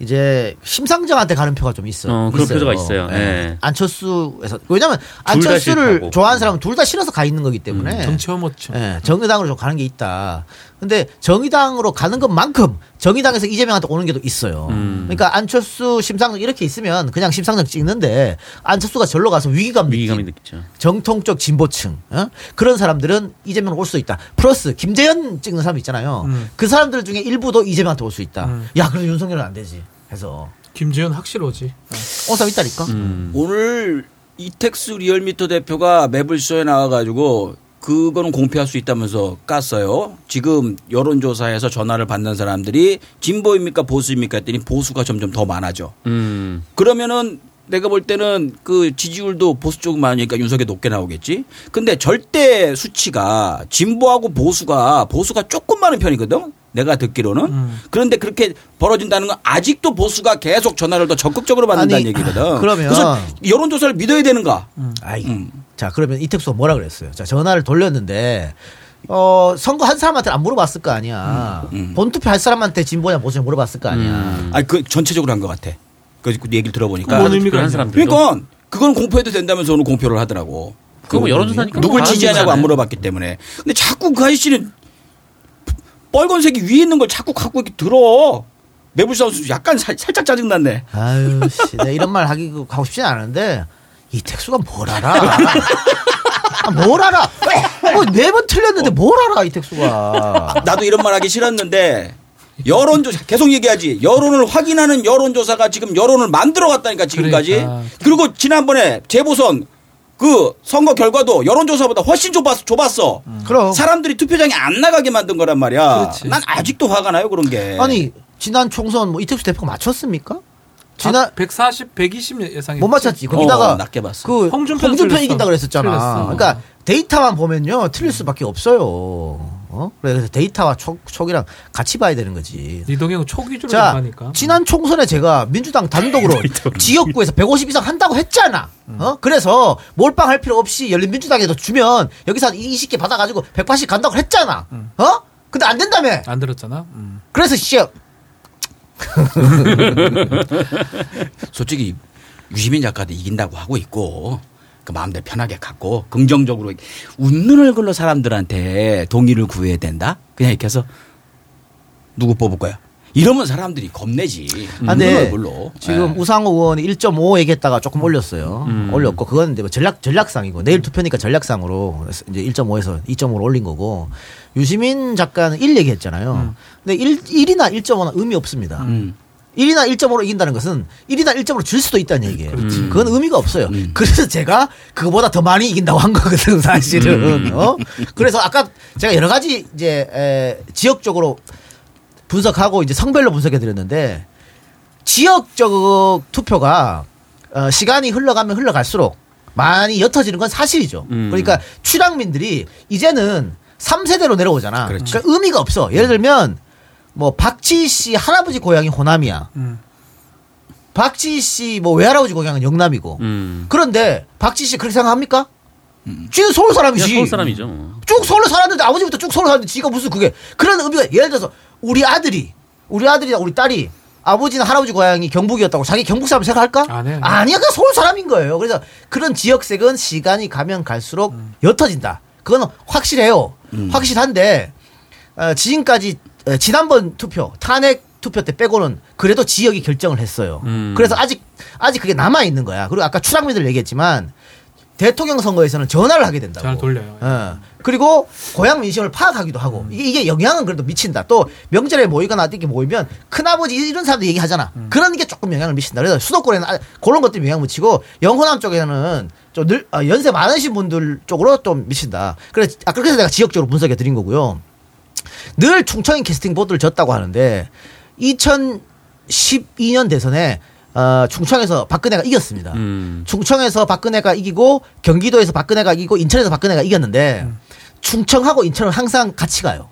이제 심상정한테 가는 표가 좀 있어. 어, 그런 표가 있어요. 예. 안철수에서 왜냐하면 다 안철수를 싫다고. 좋아하는 사람은 둘 다 싫어서 가 있는 거기 때문에 음, 정치 혐오층. 예, 정의당으로 좀 가는 게 있다. 근데 정의당으로 가는 것만큼 정의당에서 이재명한테 오는 게 또 있어요. 음. 그러니까 안철수 심상정 이렇게 있으면 그냥 심상정 찍는데 안철수가 절로 가서 위기감 느끼 위기감이 느끼죠. 정통적 진보층 어? 그런 사람들은 이재명 올 수 있다. 플러스 김재현 찍는 사람 있잖아요. 음. 그 사람들 중에 일부도 이재명한테 올 수 있다. 음. 야, 그래도 윤석열은 안 되지. 해서 김재현 확실히 오지. 온 사람 어, 있다니까. 오늘 이택수 리얼미터 대표가 맵을 쇼에 나와가지고 그거는 공표할 수 있다면서 깠어요. 지금 여론조사에서 전화를 받는 사람들이 진보입니까 보수입니까 했더니 보수가 점점 더 많아져. 음. 그러면은 내가 볼 때는 그 지지율도 보수 쪽이 많으니까 윤석이 높게 나오겠지. 근데 절대 수치가 진보하고 보수가 보수가 조금 많은 편이거든. 내가 듣기로는. 음. 그런데 그렇게 벌어진다는 건 아직도 보수가 계속 전화를 더 적극적으로 받는다는 아니, 얘기거든. 그러면- 래서 여론조사를 믿어야 되는가? 아이, 음. 자 그러면 이택수가 뭐라 그랬어요? 자 전화를 돌렸는데 어 선거 한 사람한테 안 물어봤을 거 아니야. 본투표 할 사람한테 진보냐 보수냐 물어봤을 거 아니야. 아니 그 전체적으로 한 것 같아. 그 얘기를 들어보니까. 뭐, 뭔 의미가 있냐. 사람들 그러니까 그건 공표해도 된다면서 오늘 공표를 하더라고. 그거 뭐 여론조사니까 누굴 다 지지하냐고 안 하는 물어봤기 때문에. 근데 자꾸 그 아저씨는 빨간색이 위에 있는 걸 자꾸 갖고 이렇게 들어. 매불사우스 약간 살, 살짝 짜증났네. 아유 씨, 내가 이런 말 하기 그- 하고 싶진 않은데 이택수가 뭘 알아? 아, 뭘 알아? 뭐네번 틀렸는데 뭘 알아 이택수가? 나도 이런 말 하기 싫었는데 여론조사 계속 얘기하지. 여론을 확인하는 여론조사가 지금 여론을 만들어 갔다니까 지금까지. 그러니까. 그리고 지난번에 재보선 그 선거 결과도 여론조사보다 훨씬 좁았, 좁았어. 그럼 사람들이 투표장에 안 나가게 만든 거란 말이야. 그렇지. 난 아직도 화가 나요 그런 게. 아니 지난 총선 뭐 이택수 대표가 맞췄습니까? 지난 지난 140, 120 아, 예상이 못 맞췄지. 거기다가 어, 낮게 봤어. 그 홍준표 홍준표, 틀렸어. 이긴다 그랬었잖아. 틀렸어. 그러니까 데이터만 보면요 틀릴 수밖에 없어요. 어? 그래서 데이터와 촉, 촉이랑 같이 봐야 되는 거지. 이동형 초기주로 자 가니까. 지난 총선에 제가 민주당 단독으로 지역구에서 150 이상 한다고 했잖아. 어? 그래서 몰빵할 필요 없이 열린 민주당에도 주면 여기서 한 20개 받아가지고 180 간다고 했잖아. 어? 근데 안 된다며. 안 들었잖아. 음. 그래서 씨 솔직히 유시민 작가도 이긴다고 하고 있고 그 마음대로 편하게 갖고 긍정적으로 웃는 얼굴로 사람들한테 동의를 구해야 된다. 그냥 이렇게 해서 누구 뽑을 거야. 이러면 사람들이 겁내지. 음. 웃는 아, 네. 얼굴로. 지금 예. 우상호 의원이 1.5 얘기했다가 조금 올렸어요. 음. 올렸고 그건 이제 뭐 전략 전략상이고 내일 투표니까 전략상으로 이제 1.5에서 2.5로 올린 거고 유시민 작가는 1 얘기했잖아요. 음. 근데 1, 1이나 1.5는 의미 없습니다. 음. 1이나 1.5로 이긴다는 것은 1이나 1.5로 질 수도 있다는 얘기예요. 그렇지. 그건 의미가 없어요. 음. 그래서 제가 그거보다 더 많이 이긴다고 한 거거든 음. 사실은. 어? 그래서 아까 제가 여러 가지 이제 에, 지역적으로 분석하고 이제 성별로 분석해 드렸는데 지역적 투표가 어, 시간이 흘러가면 흘러갈수록 많이 옅어지는 건 사실이죠. 음. 그러니까 출항민들이 이제는 3세대로 내려오잖아. 그렇지. 그러니까 의미가 없어. 예를 들면 뭐 박지희 씨 할아버지 고향이 호남이야. 음. 박지희 씨 뭐 외할아버지 고향은 영남이고. 음. 그런데 박지희 씨 그렇게 생각합니까? 쥐는 서울 그냥 사람이지. 서울 사람이죠. 뭐. 쭉 서울로 살았는데 아버지부터 쭉 서울로 살았는데 지가 무슨 그게 그런 의미가 예를 들어서 우리 아들이 우리 아들이나 우리 딸이 아버지는 할아버지 고향이 경북이었다고 자기 경북 사람 생각할까? 안 해요. 아니야, 그 서울 사람인 거예요. 그래서 그런 지역색은 시간이 가면 갈수록 옅어진다. 그건 확실해요. 확실한데 어, 지금까지 어, 지난번 투표 탄핵 투표 때 빼고는 그래도 지역이 결정을 했어요. 음. 그래서 아직 아직 그게 남아 있는 거야. 그리고 아까 추락민들 얘기했지만 대통령 선거에서는 전화를 하게 된다고. 전화를 돌려요. 음. 어. 그리고 고향 민심을 파악하기도 하고 이게, 이게 영향은 그래도 미친다. 또 명절에 모이거나 이렇게 모이면 큰아버지 이런 사람들 얘기하잖아. 음. 그런 게 조금 영향을 미친다. 그래서 수도권에는 아- 그런 것들이 영향 미치고 영호남 쪽에는 좀 늘, 아, 연세 많으신 분들 쪽으로 좀 미친다. 그래서 아까 그래서 내가 지역적으로 분석해 드린 거고요. 늘 충청인 캐스팅 보드를 졌다고 하는데 2012년 대선에 어, 충청에서 박근혜가 이겼습니다. 음. 충청에서 박근혜가 이기고 경기도에서 박근혜가 이기고 인천에서 박근혜가 이겼는데 충청하고 인천은 항상 같이 가요.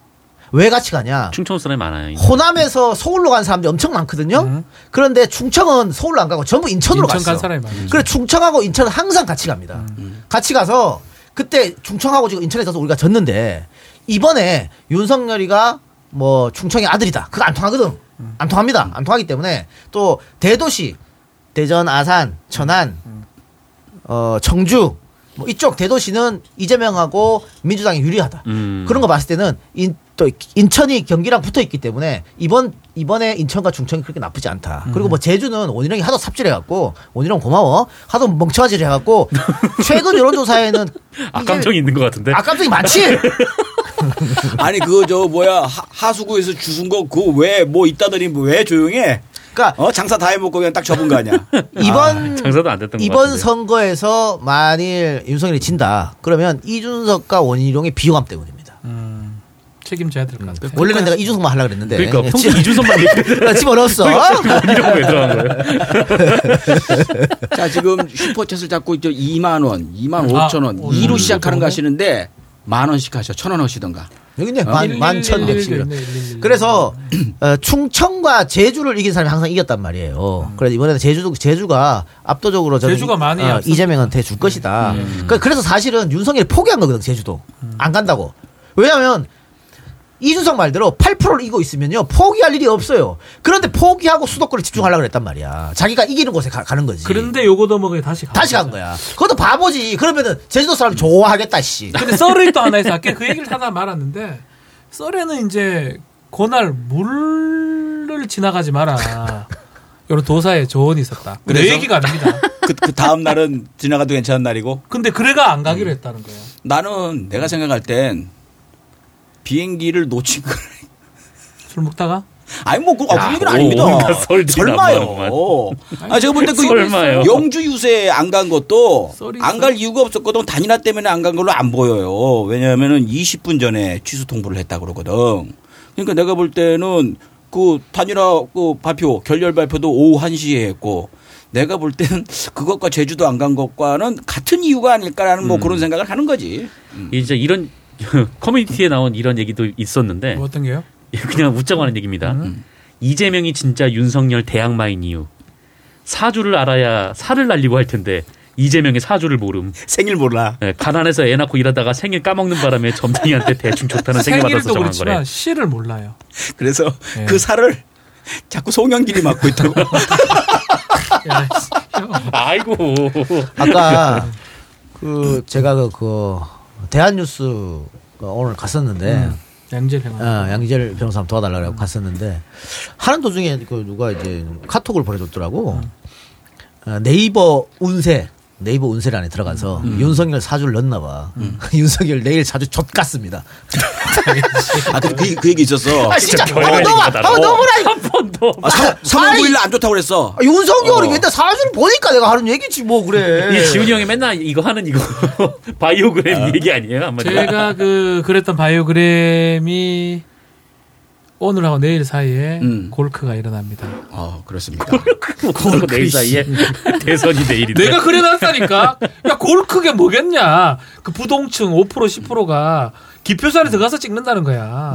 왜 같이 가냐? 충청 사람이 많아요. 호남에서 서울로 간 사람들이 엄청 많거든요. 그런데 충청은 서울로 안 가고 전부 인천으로 음. 인천 간 갔어. 사람이 많아요. 그래 충청하고 인천은 항상 같이 갑니다. 같이 가서 그때 충청하고 지금 인천에 가서 우리가 졌는데 이번에 윤석열이가 뭐 충청의 아들이다. 그거 안 통하거든. 안 통합니다. 안 통하기 때문에 또 대도시 대전, 아산, 천안, 어 청주 뭐 이쪽 대도시는 이재명하고 민주당이 유리하다. 음. 그런 거 봤을 때는 인, 또 인천이 경기랑 붙어 있기 때문에 이번 이번에 인천과 중천이 그렇게 나쁘지 않다. 그리고 뭐 제주는 원희룡이 하도 삽질해 갖고 원희룡 고마워. 하도 멍청아질 해 갖고 최근 여론조사에는 악감정이 아, 있는 것 같은데. 아깝정이 많지. 아니 그거 저 뭐야 하- 하수구에서 주순 거 그거 왜 뭐 있다더니 뭐왜 조용해? 그러니까 어 장사 다 해먹고 그냥 딱 접은 거 아니야? 이번 음. 장사도 안 됐던 것 이번 같은데. 선거에서 만일 윤석열이 진다. 음. 그러면 이준석과 원희룡의 비호감 때문입니다. 음. 책임져야 될 것 같아요. 원래는 내가 이준석만 하려고 그랬는데. 그러니까 평소 집- 이준석만 믿고 나 네, 집어넣었어. 뭐 이러고 왜 들어간 거예요? 자 지금 슈퍼챗을 잡고 이제 2만 원, 2만 5천 원, 아, 2로 음. 시작하는 거 하시는데 만 원씩 하셔, 천 원 하시던가. 여기 있네. 어? 만, 만 천. 음. 백십일. 그래서 어, 충청과 제주를 이긴 사람이 항상 이겼단 말이에요. 그래서 이번에는 제주도 제주가 압도적으로 저는 제주가 많이 음. 어, 앞섰- 이재명한테 줄 것이다. 그- 그래서 사실은 윤석열이 포기한 거거든 제주도 안 간다고. 왜냐하면 이준석 말대로 8%를 이기고 있으면요 포기할 일이 없어요. 그런데 포기하고 수도권을 집중하려고 그랬단 말이야. 자기가 이기는 곳에 가, 는 거지. 그런데 요거 더먹에 다시 가. 다시 간 거야. 그것도 바보지. 그러면은 제주도 사람 좋아하겠다 씨. 근데 썰을 또 하나 해서 아까 그 얘기를 하다 말았는데 썰에는 이제 고날 물을 지나가지 마라. 이런 도사의 조언이 있었다. 내 그래서? 얘기가 아닙니다. 그, 그 다음 날은 지나가도 괜찮은 날이고 근데 그래가 안 음. 가기로 했다는 거예요. 나는 내가 생각할 땐 비행기를 놓친 거 술 먹다가 아니 뭐 그거 아, 야, 그얘기 오, 아닙니다. 온갖 설들이 나무라는 설마요. 아 제가 볼 때 그 설마요. 영주 유세 안 간 것도 썰이 안 갈 이유가 없었거든. 단일화 때문에 안 간 걸로 안 보여요. 왜냐하면은 20분 전에 취소 통보를 했다 그러거든. 그러니까 내가 볼 때는 그 단일화 그 발표 결렬 발표도 오후 1시에 했고 내가 볼 때는 그것과 제주도 안 간 것과는 같은 이유가 아닐까라는 뭐 그런 생각을 하는 거지. 이제 이런 커뮤니티에 나온 이런 얘기도 네. 있었는데 뭐 어떤 게요? 예, 그냥 웃자고 하는 얘기입니다. 이재명이 진짜 윤석열 대항마인 이유. 사주를 알아야 살을 날리고 할 텐데 이재명의 사주를 모름. 생일 몰라. 예, 가난해서 애 낳고 일하다가 생일 까먹는 바람에 점쟁이한테 대충 좋다는 생일 받아서 생일도 정한 그렇지만 거래. 시를 몰라요. 그래서 예. 그 살을 자꾸 송영길이 맡고 있다고. 야, 씨. 아이고. 아까 그 제가 그, 그 대한뉴스 그 오늘 갔었는데 네. 음. 양질 행화. 어, 양재열 변호사님 도와달라고 고 갔었는데 하는 도중에 그 누가 이제 카톡을 보내줬더라고 어, 네이버 운세 네이버 운세란에 들어가서 윤석열 사주를 넣나 봐 윤석열 내일 사주 젖 같습니다 아, 그, 그, 그 얘기 있었어. 아 진짜 별거 한번 아닌 넣어봐 거다. 한번 어. 넣어보라 한 번 더. 아, 3월 9일 안 좋다고 그랬어. 아, 윤석열이 맨날 사주를 보니까 내가 하는 얘기지 뭐 그래 이 지훈이 형이 맨날 이거 하는 이거 바이오그램 얘기 아니에요? 한마디로. 제가 그 그랬던 바이오그램이 오늘하고 내일 사이에 음. 골크가 일어납니다. 어, 그렇습니까? 그거 내일 사이에 대선이 내일인데. 내가 그래놨다니까. 야, 골크게 뭐겠냐. 그 부동층 5% 10%가 기표산에 들어가서 찍는다는 거야.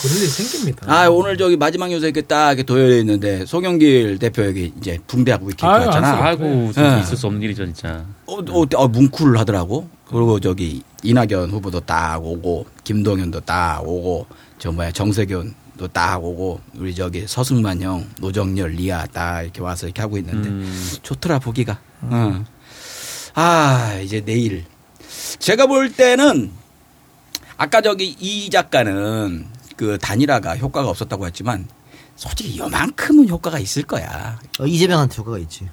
그럴 일이 생깁니다. 아, 오늘 저기 마지막 요새 이렇게 딱 이렇게 도열해 있는데 송영길 대표 여기 이제 붕대하고 이렇게 아유, 왔잖아. 안쓰러워. 아이고 진짜 예. 있을 수 없는 일이죠 진짜. 어, 어, 어, 뭉클 하더라고. 그리고 저기 이낙연 후보도 딱 오고 김동연도 딱 오고 저 뭐야 정세균도 딱 오고 우리 저기 서승만 형, 노정열, 리아 딱 이렇게 와서 이렇게 하고 있는데 음. 좋더라 보기가. 어. 아 이제 내일 제가 볼 때는 아까 저기 이 작가는 그 단일화가 효과가 없었다고 했지만 솔직히 요만큼은 효과가 있을 거야. 어, 이재명한테 효과가 있지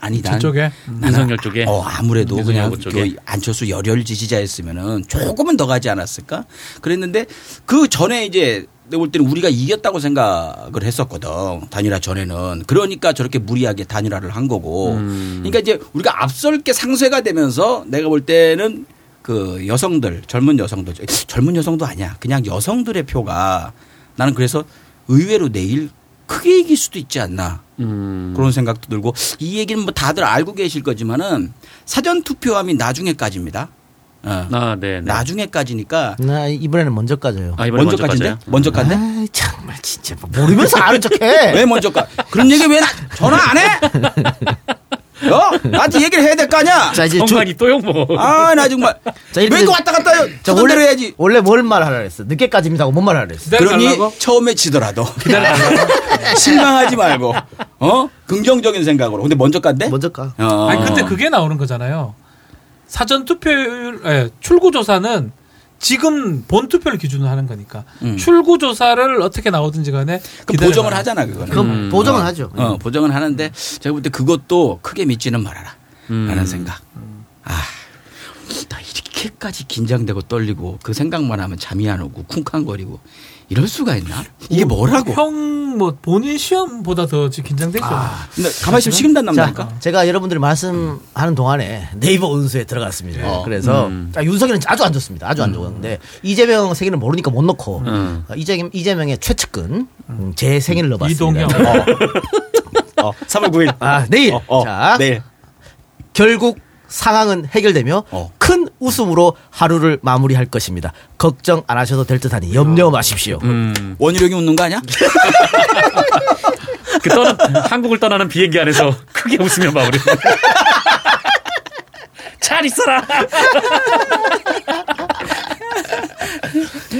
아니 난 저쪽에. 윤석열 쪽에. 어 아무래도 윤석열 그냥 쪽에. 그 안철수 열혈 지지자였으면은 조금은 더 가지 않았을까? 그랬는데 그 전에 이제 내가 볼 때는 우리가 이겼다고 생각을 했었거든. 단일화 전에는. 그러니까 저렇게 무리하게 단일화를 한 거고. 음. 그러니까 이제 우리가 앞설 게 상쇄가 되면서 내가 볼 때는 그 여성들, 젊은 여성들, 젊은 여성도 아니야. 그냥 여성들의 표가 나는 그래서 의외로 내일 크게 이길 수도 있지 않나. 음. 그런 생각도 들고 이 얘기는 뭐 다들 알고 계실 거지만은 사전 투표함이 나중에까지입니다. 어. 아 네. 네. 나중에까지니까 나 이번에는 먼저 까져요 아 이번에 먼저 먼저까지인데 가자요. 먼저 간대. 아 정말 진짜 뭐 모르면서 아는 척해 왜 먼저 가? 그런 얘기 왜 나, 전화 안 해? 어? 나한테 얘기를 해야 될 거 아니야? 자 이제 주, 성관이 또 뭐. 욕먹어. 아, 나 정말. 자, 왜 이렇게 이거 왔다 갔다 해요? 자, 저대로 해야지. 원래 뭘 말하라 그랬어 늦게까지입니다 하고 뭔 말하라 그랬어 그러니 기다려달라고? 처음에 지더라도 실망하지 말고 어 긍정적인 생각으로 근데 먼저 간대 먼저 가 어. 아니, 근데 그게 나오는 거잖아요. 사전 투표율, 예, 출구조사는 지금 본 투표를 기준으로 하는 거니까 음. 출구조사를 어떻게 나오든지 간에 그 기다려라. 보정을 하잖아 그거는 그럼 보정은 어, 하죠 어, 보정은 하는데 제가 볼 때 그것도 크게 믿지는 말아라. 라는 생각. 아, 나 이렇게까지 긴장되고 떨리고 그 생각만 하면 잠이 안 오고 쿵쾅거리고 이럴 수가 있나? 이게 어, 뭐라고? 형 뭐 본인 시험보다 더 지금 긴장되죠. 아, 근데 가만히 있으면 식은땀 난다니까. 자, 제가 여러분들이 말씀하는 동안에 네이버 운수에 들어갔습니다. 어. 그래서 자, 윤석이는 아주 안 좋습니다. 아주 안 좋았는데 이재명 생일을 모르니까 못 넣고 음. 어, 이재명, 이재명의 최측근 음, 제 생일을 넣어봤습니다. 이동형. 어, 3월 9일. 아, 내일. 어, 어, 자. 내일. 결국 상황은 해결되며 어. 큰 웃음으로 하루를 마무리할 것입니다. 걱정 안 하셔도 될 듯하니 염려 마십시오. 음. 원희룡이 웃는 거 아니야? 그 떠나 한국을 떠나는 비행기 안에서 크게 웃으며 마무리. 잘 있어라.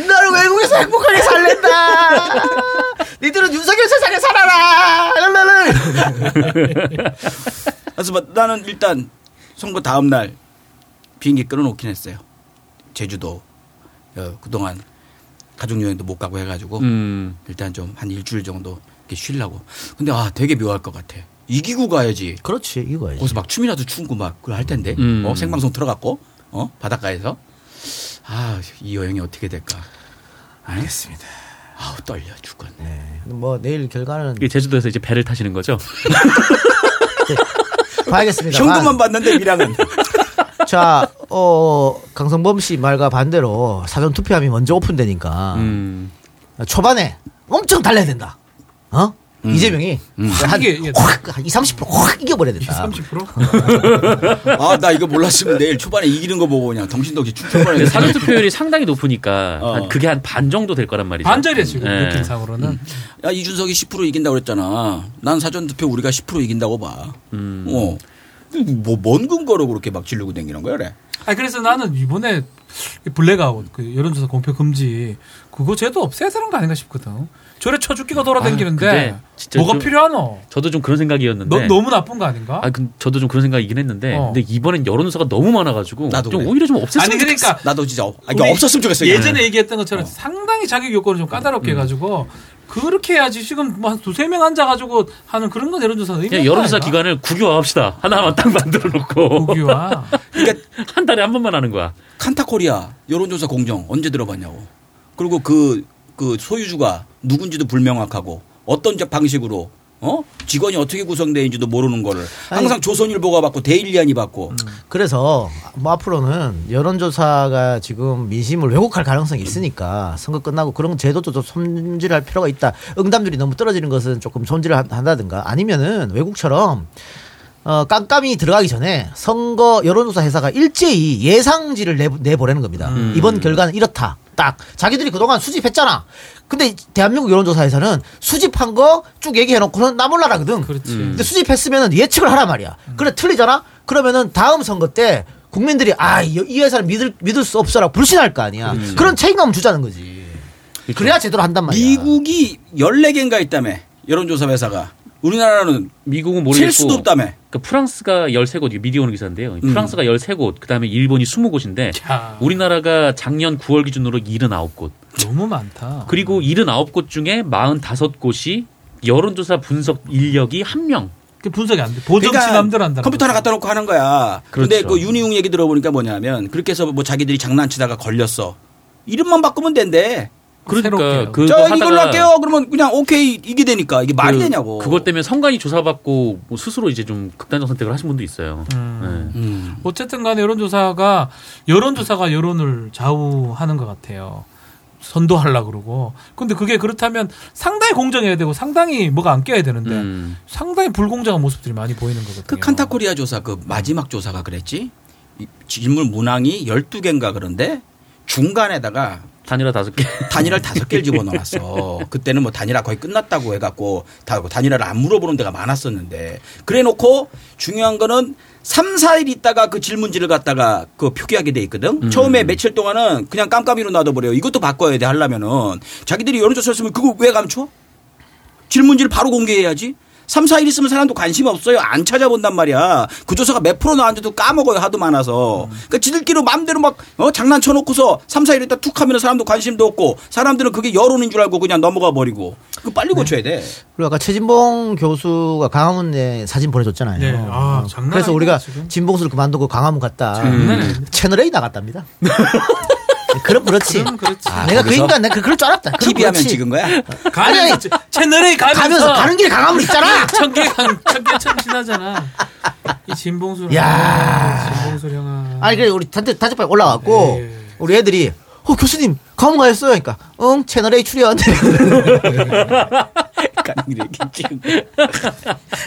나는 외국에서 행복하게 살랜다. 니들은 윤석열 세상에 살아라. 랄랄라. 그래서 막 나는 일단 선거 다음 날 비행기 끊어놓긴 했어요. 제주도 어, 그동안 가족 여행도 못 가고 해가지고 음. 일단 좀 한 일주일 정도 이렇게 쉬려고. 근데 아 되게 묘할 것 같아. 이기고 가야지. 그렇지 이거야. 거기서 막 춤이라도 추고 막 그걸 할 텐데. 음. 어, 생방송 들어갔고 어 바닷가에서 아 이 여행이 어떻게 될까. 알겠습니다. 아우 떨려 죽겠네. 뭐 내일 결과는 이게 제주도에서 이제 배를 타시는 거죠? 봐야겠습니다. 아. 형도만 봤는데 미랑은 자, 어 강성범 씨 말과 반대로 사전 투표함이 먼저 오픈되니까 음. 초반에 엄청 달려야 된다. 어? 이재명이 한, 이게- 이게- 확, 한 20, 30%확 이겨버려야 된다. 어, 30%? 아 나 이거 몰랐으면 내일 초반에 이기는 거 보고 그냥 정신도 없이 축축 근데 뻔했는데 사전 투표율이 상당히 높으니까 네. 어. 한 그게 한 반 정도 될 거란 말이죠. 반절이야 지금 예. 느낌상으로는. 야 이준석이 10% 이긴다고 그랬잖아. 난 사전 투표 우리가 10% 이긴다고 봐. 어. 뭐뭔 근거로 그렇게 막 질르고 댕기는 거야, 그래? 아 그래서 나는 이번에 블랙아웃 그 여론조사 공표 금지 그거 제도 없애야 되는 거 아닌가 싶거든. 저래 쳐 죽기가 아, 돌아다니는데 근데 진짜 뭐가 좀- 필요하노? 저도 좀 그런 생각이었는데. 너, 너무 나쁜 거 아닌가? 아, 근 저도 좀 그런 생각이긴 했는데. 어. 근데 이번엔 여론조사가 너무 많아가지고 나도 좀 그래. 오히려 좀 없앴으면 아니 좋겠어. 그러니까 나도 진짜 어- 아, 이게 우리 없었으면 네. 좋겠어. 이거. 예전에 얘기했던 것처럼 상당히 자격 요건을 좀 음. 까다롭게 해가지고 그렇게 해야지 지금 뭐한 두세 명 앉아가지고 하는 그런 건 여론조사 의미 그냥 여론조사 기간을 국유화합시다. 하나만 딱 만들어 놓고 고기와 그러니까 한 달에 한 번만 하는 거야. 칸타코리아 여론조사 공정 언제 들어봤냐고. 그리고 그, 그 소유주가 누군지도 불명확하고 어떤 저 방식으로 어? 직원이 어떻게 구성되어 있는지도 모르는 거를 항상 조선일보가 받고 데일리안이 받고 그래서 뭐 앞으로는 여론조사가 지금 민심을 왜곡할 가능성이 있으니까 선거 끝나고 그런 제도도 좀 손질할 필요가 있다. 응답률이 너무 떨어지는 것은 조금 손질을 한- 한다든가 아니면은 외국처럼 어, 깜깜이 들어가기 전에 선거 여론조사 회사가 일제히 예상지를 내, 내보내는 겁니다. 음. 이번 결과는 이렇다. 딱. 자기들이 그동안 수집했잖아. 근데 대한민국 여론조사 회사는 수집한 거 쭉 얘기해놓고는 나 몰라라거든. 그렇지. 음. 근데 수집했으면 예측을 하란 말이야. 그래 틀리잖아. 그러면은 다음 선거 때 국민들이 아 이 회사는 믿을 믿을 수 없어라 불신할 거 아니야. 그런 책임감을 주자는 거지. 그래야 제대로 한단 말이야. 미국이 14개인가 있다며 여론조사 회사가 우리나라는 미국은 모르겠고 칠 수도 없다며 그러니까 프랑스가 13곳, 이게 미디어 오는 기사인데요. 프랑스가 13곳, 그다음에 일본이 20곳인데 야. 우리나라가 작년 9월 기준으로 79곳. 너무 많다. 그리고 79곳 중에 45곳이 여론조사 분석 인력이 한 명. 그 분석이 안 돼. 보정치 남들 한다. 그러니까 컴퓨터 하나 갖다 놓고 하는 거야. 그 근데 그렇죠. 그 윤희웅 얘기 들어보니까 뭐냐면 그렇게 해서 뭐 자기들이 장난치다가 걸렸어. 이름만 바꾸면 된대. 그러니까 새롭게요. 그거 저 하다가 이걸로 할게요. 그러면 그냥 오케이 이게 되니까 이게 말이 그- 되냐고. 그것 때문에 성관이 조사받고 뭐 스스로 이제 좀 극단적 선택을 하신 분도 있어요. 음. 네. 음. 어쨌든 간에 여론조사가 여론조사가 여론을 좌우하는 것 같아요. 선도하려 그러고. 근데 그게 그렇다면 상당히 공정해야 되고 상당히 뭐가 안 깨야 되는데 음. 상당히 불공정한 모습들이 많이 보이는 거거든요. 그 칸타코리아 조사 그 마지막 조사가 그랬지. 이 질문 문항이 12개인가 그런데 중간에다가 단일화 다섯 개. 단일화를 다섯 개를 집어넣어놨어. 그때는 뭐 단일화 거의 끝났다고 해갖고 다 단일화를 안 물어보는 데가 많았었는데 그래놓고 중요한 거는 삼사일 있다가 그 질문지를 갖다가 그 표기하게 돼 있거든. 처음에 며칠 동안은 그냥 깜깜이로 놔둬버려요. 이것도 바꿔야 돼 하려면은 자기들이 여론조사 했으면 그거 왜 감춰? 질문지를 바로 공개해야지. 삼사일 있으면 사람도 관심 없어요. 안 찾아본단 말이야. 그 조사가 몇 프로 나왔는지도 까먹어요. 하도 많아서. 그러니까 지들끼리 마음대로 막 어, 장난쳐놓고서 삼사일 있다 툭 하면 사람도 관심도 없고 사람들은 그게 여론인 줄 알고 그냥 넘어가 버리고. 그 빨리 고쳐야 돼. 그리고 아까 최진봉 교수가 강화문에 사진 보내줬잖아요. 어. 네. 아, 장난 그래서 아니다, 우리가 지금. 진봉수를 그만두고 강화문 갔다. 장난 아니다. 채널 A 나갔답니다. 그럼 그렇지. 그럼 그렇지. 아, 내가 그 거기서? 인간, 내가 그- 그럴 줄 알았다. 그럼 TV 하면 그렇지. 찍은 거야? 그러니까 가면서 아니, 아니. 채- 채널에 가면서, 가면서 가는 길에 강화문 있잖아. 천개 강 천개 천 지나잖아. 이 진봉수 야. 진봉수 형아. 아니 그래 우리 단체 단체방에 올라왔고 예. 우리 애들이 어 교수님 강원 가셨어요. 그러니까 응 채널 A 출연. 네. 가는 길에 이렇게 찍은 거야.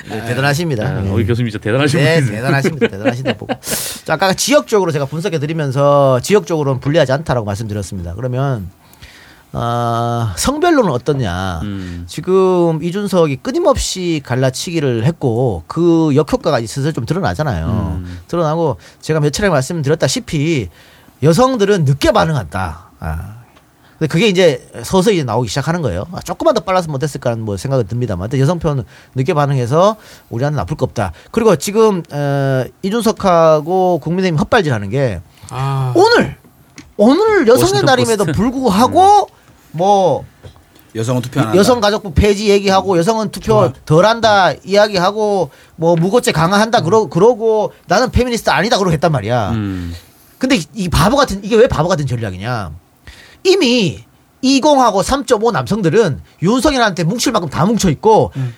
네, 대단하십니다. 아, 예. 우리 교수님 진짜 대단하신 네, 분이세요. 대단하십니다. 대단하신다 보고. 자, 아까 지역적으로 제가 분석해 드리면서 지역적으로는 불리하지 않다라고 말씀드렸습니다. 그러면 아, 성별로는 어떠냐? 음. 지금 이준석이 끊임없이 갈라치기를 했고 그 역효과가 이제 슬슬 좀 드러나잖아요. 드러나고 제가 몇 차례 말씀드렸다시피 여성들은 늦게 반응한다. 아. 근데 그게 이제 서서히 이제 나오기 시작하는 거예요. 아, 조금만 더 빨랐으면 어땠을까라는 뭐 생각이 듭니다만. 근데 여성편 늦게 반응해서 우리한테 나쁠 거 없다. 그리고 지금 어, 이준석하고 국민의힘 헛발질하는 게 아. 오늘 오늘 여성의 워싱턴 날임에도 포스트. 음. 불구하고 뭐 여성은 투표 안 한다. 여성가족부 폐지 얘기하고 여성은 투표 덜한다 이야기하고 뭐 무고죄 강화한다 그러 그러고 나는 페미니스트 아니다 그러고 했단 말이야. 음. 근데 이- 이 바보 같은 이게 왜 바보 같은 전략이냐? 이미 20하고 3.5 남성들은 윤석열한테 뭉칠 만큼 다 뭉쳐 있고 음.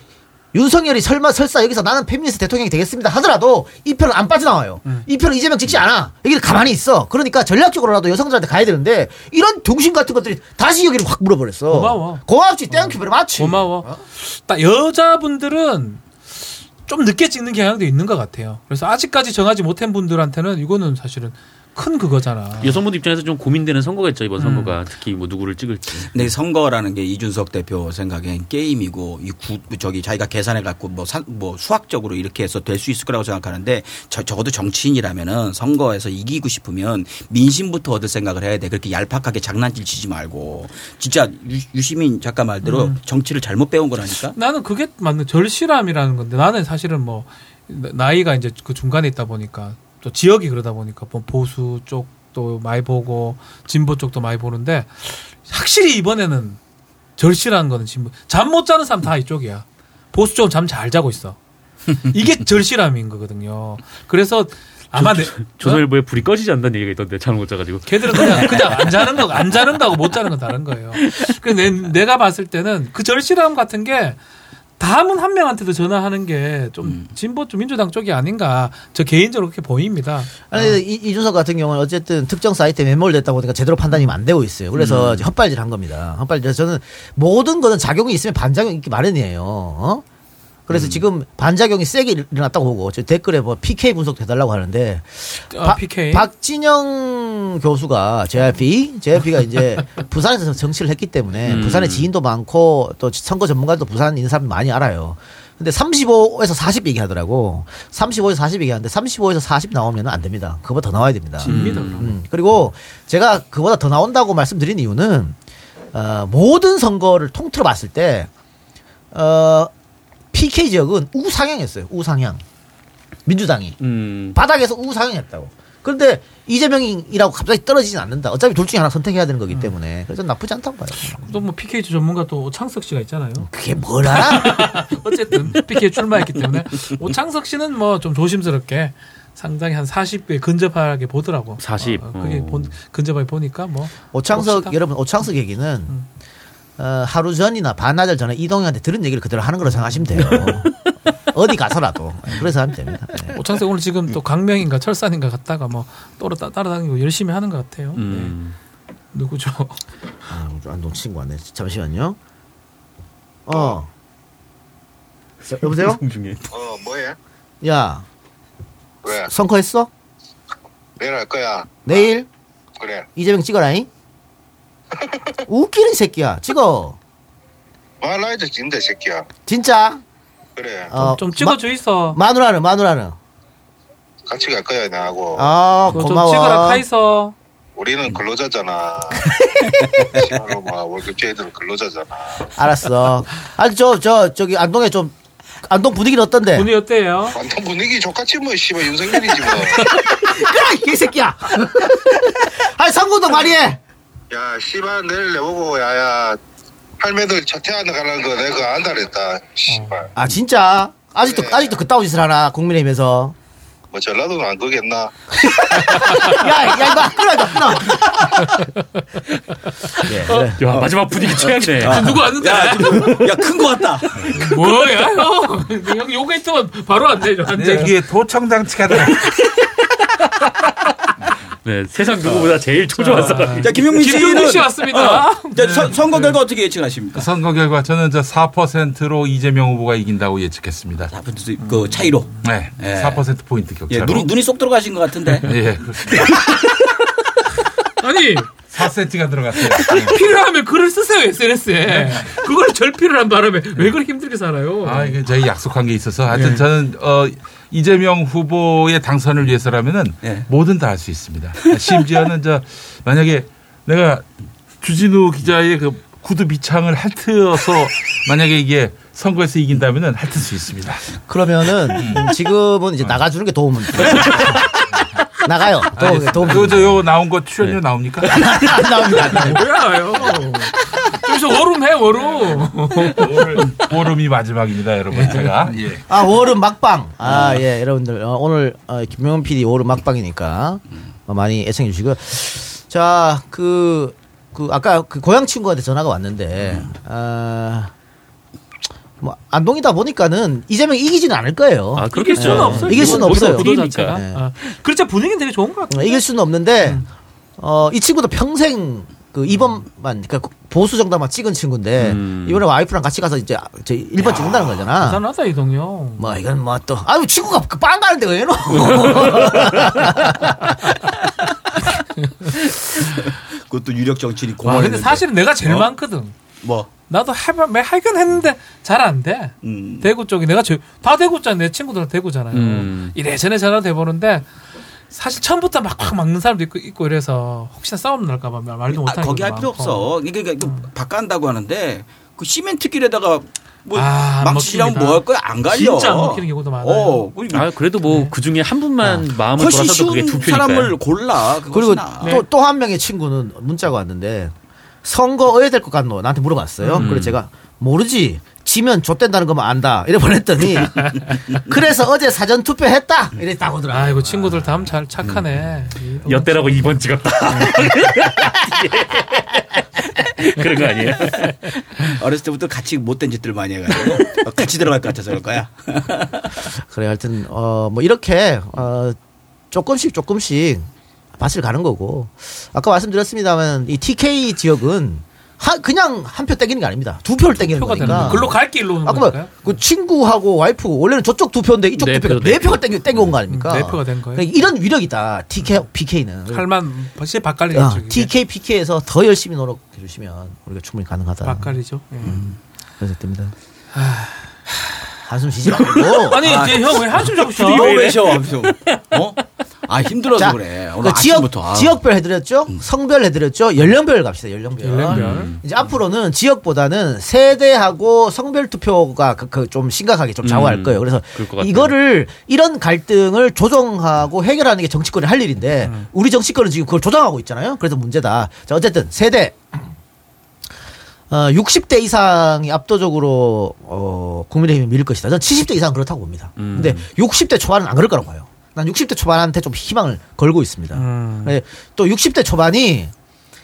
윤석열이 설마 설사 여기서 나는 페미니스트 대통령이 되겠습니다 하더라도 이 편은 안 빠져나와요. 음. 이 편은 이재명 찍지 않아. 여기는 가만히 있어. 그러니까 전략적으로라도 여성들한테 가야 되는데 이런 동심 같은 것들이 다시 여기를 확 물어버렸어. 고마워. 고맙지. 땡큐 베리 마치. 고마워. 딱 여자분들은 좀 늦게 찍는 경향도 있는 것 같아요. 그래서 아직까지 정하지 못한 분들한테는 이거는 사실은 큰 그거잖아. 여성분 입장에서 좀 고민되는 선거겠죠 이번 선거가 특히 뭐 누구를 찍을지. 근데 이 선거라는 게 이준석 대표 생각엔 게임이고 이 구, 저기 자기가 계산해 갖고 뭐, 산- 뭐 수학적으로 이렇게 해서 될 수 있을 거라고 생각하는데 저, 적어도 정치인이라면은 선거에서 이기고 싶으면 민심부터 얻을 생각을 해야 돼. 그렇게 얄팍하게 장난질 치지 말고 진짜 유, 시민 작가 말대로 정치를 잘못 배운 거라니까. 나는 그게 맞는 절실함이라는 건데 나는 사실은 뭐 나- 나이가 이제 그 중간에 있다 보니까 또 지역이 그러다 보니까 뭐 보수 쪽도 많이 보고 진보 쪽도 많이 보는데 확실히 이번에는 절실한 거는 진보 잠 못 자는 사람 다 이쪽이야 보수 쪽은 잠 잘 자고 있어 이게 절실함인 거거든요 그래서 아마 내- 조선일보에 불이 꺼지지 않는다는 얘기가 있던데 잘못 못 자가지고. 걔들은 그냥 그냥 안 자는 거, 안 자는 거하고 못 자는 건 다른 거예요. 그 내, 내가 봤을 때는 그 절실함 같은 게 다음은 한 명한테도 전화하는 게 좀 음. 진보 좀 민주당 쪽이 아닌가 저 개인적으로 그렇게 보입니다. 아니 이, 이준석 같은 경우는 어쨌든 특정 사이트에 매몰됐다 보니까 제대로 판단이 안 되고 있어요. 그래서 이제 헛발질 한 겁니다. 헛발질해서 저는 모든 거는 작용이 있으면 반작용이 있기 마련이에요. 어? 그래서 지금 반작용이 세게 일- 일어났다고 보고 저 댓글에 뭐 PK 분석 해달라고 하는데 어, 박- PK 박진영 교수가 JRP, JRP가 이제 부산에서 정치를 했기 때문에 음. 부산에 지인도 많고 또 선거 전문가도 부산 있는 사람 많이 알아요. 근데 35에서 40 얘기하더라고. 35에서 40 얘기하는데 35에서 40 나오면 안 됩니다. 그거보다 더 나와야 됩니다. 진미다. 음, 그리고 제가 그보다 더 나온다고 말씀드린 이유는 어, 모든 선거를 통틀어 봤을 때 어, PK 지역은 우상향했어요. 우상향. 민주당이. 음. 바닥에서 우상향했다고. 그런데 이재명이라고 갑자기 떨어지진 않는다. 어차피 둘 중에 하나 선택해야 되는 거기 때문에 그래서 나쁘지 않다고 봐요. 또 뭐 PK 전문가 또 오창석 씨가 있잖아요. 그게 뭘 알아? 어쨌든 PK 에 출마했기 때문에 오창석 씨는 뭐 좀 조심스럽게 상당히 한 40배 근접하게 보더라고. 40. 어, 그게 어. 본- 근접하게 보니까 뭐 오창석 봅시다. 여러분 오창석 얘기는 어, 하루 전이나 반나절 전에 이동희한테 들은 얘기를 그대로 하는 거로 생각하시면 돼요. 어디 가서라도 그래서 하면 됩니다. 네. 오창석 오늘 지금 또 강명인가 철산인가 갔다가 뭐 또로 따- 따라다니고 열심히 하는 것 같아요. 네. 음. 누구죠? 아, 안동 친구 왔네. 잠시만요. 어. 여- 여보세요? 그 중에. 어 뭐해? 야, 그래 선거했어? 내일 할 거야 내일 그래 이재명 찍어라잉. 웃기는 새끼야. 찍어. 말라이저 진대 새끼야 진짜. 그래 어, 좀 찍어줘 있어. 마, 마누라는 마누라는. 같이 갈 거야 나하고 아 그거 좀 고마워. 찍어라 카이서. 우리는 근로자잖아 시간으로 막 월급제들은 근로자잖아 알았어. 아니 저 저 저, 기 안동에 좀 안동 분위기는 어떤데? 분위 어때요? 완전 분위기 족같이 뭐 씨발 윤석열이지 그래 아, 개새끼야. 아니 상고도 많이 해. 뭐야 씨발 내일 내보고 야야 할매들 차태하는 가라는 거 내가 안달했다 씨발 아 진짜. 아직도 네. 아직도 그따위 짓을 하나 국민의힘에서 뭐 전라도는 안 거겠나? 아, 야, 야, 이거 끊어, 이거 끊어. 예. 야 마지막 분위기 최악이네. 누구 왔는데? 야, 큰 거 같다. 뭐야 형? 형 요게이트만 바로 안 되죠. 안 내 돼. 귀에 도청장치가 나. 네, 세상 누구보다 제일 초조한 사람. 자, 김용민 씨는 김용민 씨 왔습니다. 어, 자, 선, 선거 결과 어떻게 예측하십니까? 선거 결과 저는 저 4%로 이재명 후보가 이긴다고 예측했습니다. 그 차이로. 네, 예. 4% 포인트 예, 음. 격차로. 눈이, 눈이 쏙 들어가신 것 같은데. 예, 그렇습니다. 아니 4cm가 들어갔어요. 필요하면 글을 쓰세요 SNS에. 그걸 절필을 한 바람에 왜 그렇게 힘들게 살아요? 아, 이게 저희 약속한 게 있어서 하여튼 저는 어, 이재명 후보의 당선을 위해서라면은 예. 뭐든 다 할 수 있습니다. 심지어는 저 만약에 내가 주진우 기자의 그 구두 비창을 핥으어서 만약에 이게 선거에서 이긴다면은 핥을 수 있습니다. 그러면은 음, 지금은 이제 나가주는 게 도움은 돼요. 나가요. 아, 네, 도움, 도움. 요, 그 저, 요 나온 거 출연료 나옵니까? 안 나옵니다. 뭐야 형? 여기서 워룸 해 워룸. 보름이 마지막입니다, 여러분. 제가. 예. 아 월은 막방. 아 예, 여러분들 어, 오늘 어, 김명훈 PD 월은 막방이니까 어, 많이 애청해 주시고요. 자, 그, 그 아까 그 고향 친구한테 전화가 왔는데, 아, 뭐 안동이다 보니까는 이재명 이기지는 않을 거예요. 아 그렇게 뭐 수는 없어요. 이길 수는 거기서 없어요. 분위기 구도자체가. 자체가. 아, 그렇죠 분위기는 되게 좋은 것 같아요. 어, 이길 수는 없는데, 어, 이 친구도 평생 그 2번만, 그러니까 보수 정당만 찍은 친구인데, 음. 이번에 와이프랑 같이 가서 이제 제 1번 찍는다는 거잖아. 대단하다 이동형. 뭐 이건 뭐 또 아유 친구가 그빵 가는데 왜 이러? 그것도 유력 정치인이 와 근데 공헌했는데. 사실은 내가 제일 어? 많거든. 뭐 나도 해봐 매 발견했는데 잘 안 돼. 음. 대구 쪽이 내가 제, 다 대구잖아. 내 친구들 다 대구잖아요. 음. 이래저래 전화도 해보는데 사실 처음부터 막 확 막는 사람도 있고, 있고 이래서 혹시나 싸움 날까봐 말- 말도 아, 못하는 거기 경우도 할 필요 많고. 없어. 이게 그러니까 그 바꾼다고 하는데 그 시멘트 길에다가 뭐 아, 안 망치랑 먹힙니다. 뭐 할 거야 안 갈려. 진짜 안 먹히는 경우도 많아요. 어, 그리고 아 그래도 뭐 그 중에 한 분만 마음을 훨씬 돌아서도 그게 쉬운 두 표니까. 사람을 골라. 그것이 그리고 네. 나아. 네. 또 또 한 명의 친구는 문자가 왔는데 선거어야 될 것 같노 나한테 물어봤어요. 음. 그래서 제가 모르지 지면 좆된다는 것만 안다 이래 보냈더니 그래서 어제 사전 투표했다 이래 딱 오더라. 아이고 친구들 다음 잘 착하네. 음. 이동형. 엿대라고 2번 찍었다. 예. 그런 거 아니에요? 어렸을 때부터 같이 못된 짓들 많이 해가지고 같이 들어갈 것 같아서 그럴 거야. 그래 하여튼 어 뭐 이렇게 어 조금씩 조금씩 밭을 가는 거고 아까 말씀드렸습니다만 이 TK 지역은 하, 그냥 한 표 땡기는 게 아닙니다. 두 표를 땡기는 표가 되는 거니까. 거야. 글로 갈게 일로 오는 아, 거니까. 그러면 그 친구하고 와이프 원래는 저쪽 두 표인데 이쪽 네 두 표가 표, 네 네 표가 표. 땡겨 땡겨온 거 아닙니까? 음, 네 표가 된 거예요. 음. 그러니까 이런 위력이다. TK PK는 할만 벌써 박갈리죠. 아, TK PK에서 더 열심히 노력해 주시면 우리가 충분히 가능하다. 박갈리죠. 예. 그래서 됩니다. 한숨 쉬지 말고. 아, 아니 이제 형 그렇죠. 왜 한숨 자꾸 쉬어? 너왜 쉬어? 하면서. 어? 아 힘들어서 자, 그래. 그 오늘 지역 아침부터. 아. 지역별 해드렸죠, 성별 해드렸죠, 연령별 갑시다 연령별. 음. 연령별. 이제 앞으로는 지역보다는 세대하고 성별 투표가 그- 그좀 심각하게 좀 좌우할 음, 거예요. 그래서 그럴 것 같아요. 이거를 이런 갈등을 조정하고 해결하는 게 정치권의 할 일인데 우리 정치권은 지금 그걸 조정하고 있잖아요. 그래서 문제다. 자 어쨌든 세대 어, 60대 이상이 압도적으로 어, 국민의힘이 밀릴 것이다. 전 70대 이상 은 그렇다고 봅니다. 근데 60대 초반은 안 그럴 거라고 봐요. 난 60대 초반한테 좀 희망을 걸고 있습니다. 음. 네, 또 60대 초반이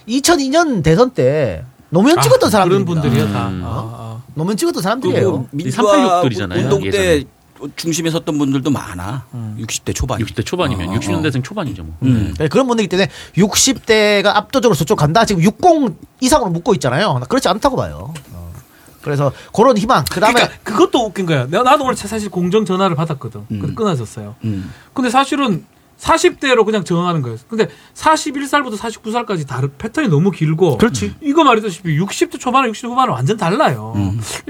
2002년 대선 때 노무현 찍었던 아, 사람들 그런 분들이요 뭐- 다. 음. 아, 아. 노무현 찍었던 그리고 사람들이에요. 뭐 민주화 386들이잖아요, 운동 때 예전에. 중심에 섰던 분들도 많아. 60대 초반. 60대 초반이면 아, 60년대생 초반이죠 뭐. 음. 네, 그런 분들이기 때문에 60대가 압도적으로 저쪽 간다. 지금 60 이상으로 묶고 있잖아요. 나 그렇지 않다고 봐요. 어. 그래서 그런 희망. 그다음에 그러니까 그것도 웃긴 거야. 내가 나도 오늘 사실 공정 전화를 받았거든. 근데 끊어졌어요. 음. 근데 사실은 40대로 그냥 정하는 거예요. 근데 41살부터 49살까지 다른 패턴이 너무 길고 음. 그렇지. 이거 말했다시피 60대 초반은 60대 후반은 완전 달라요.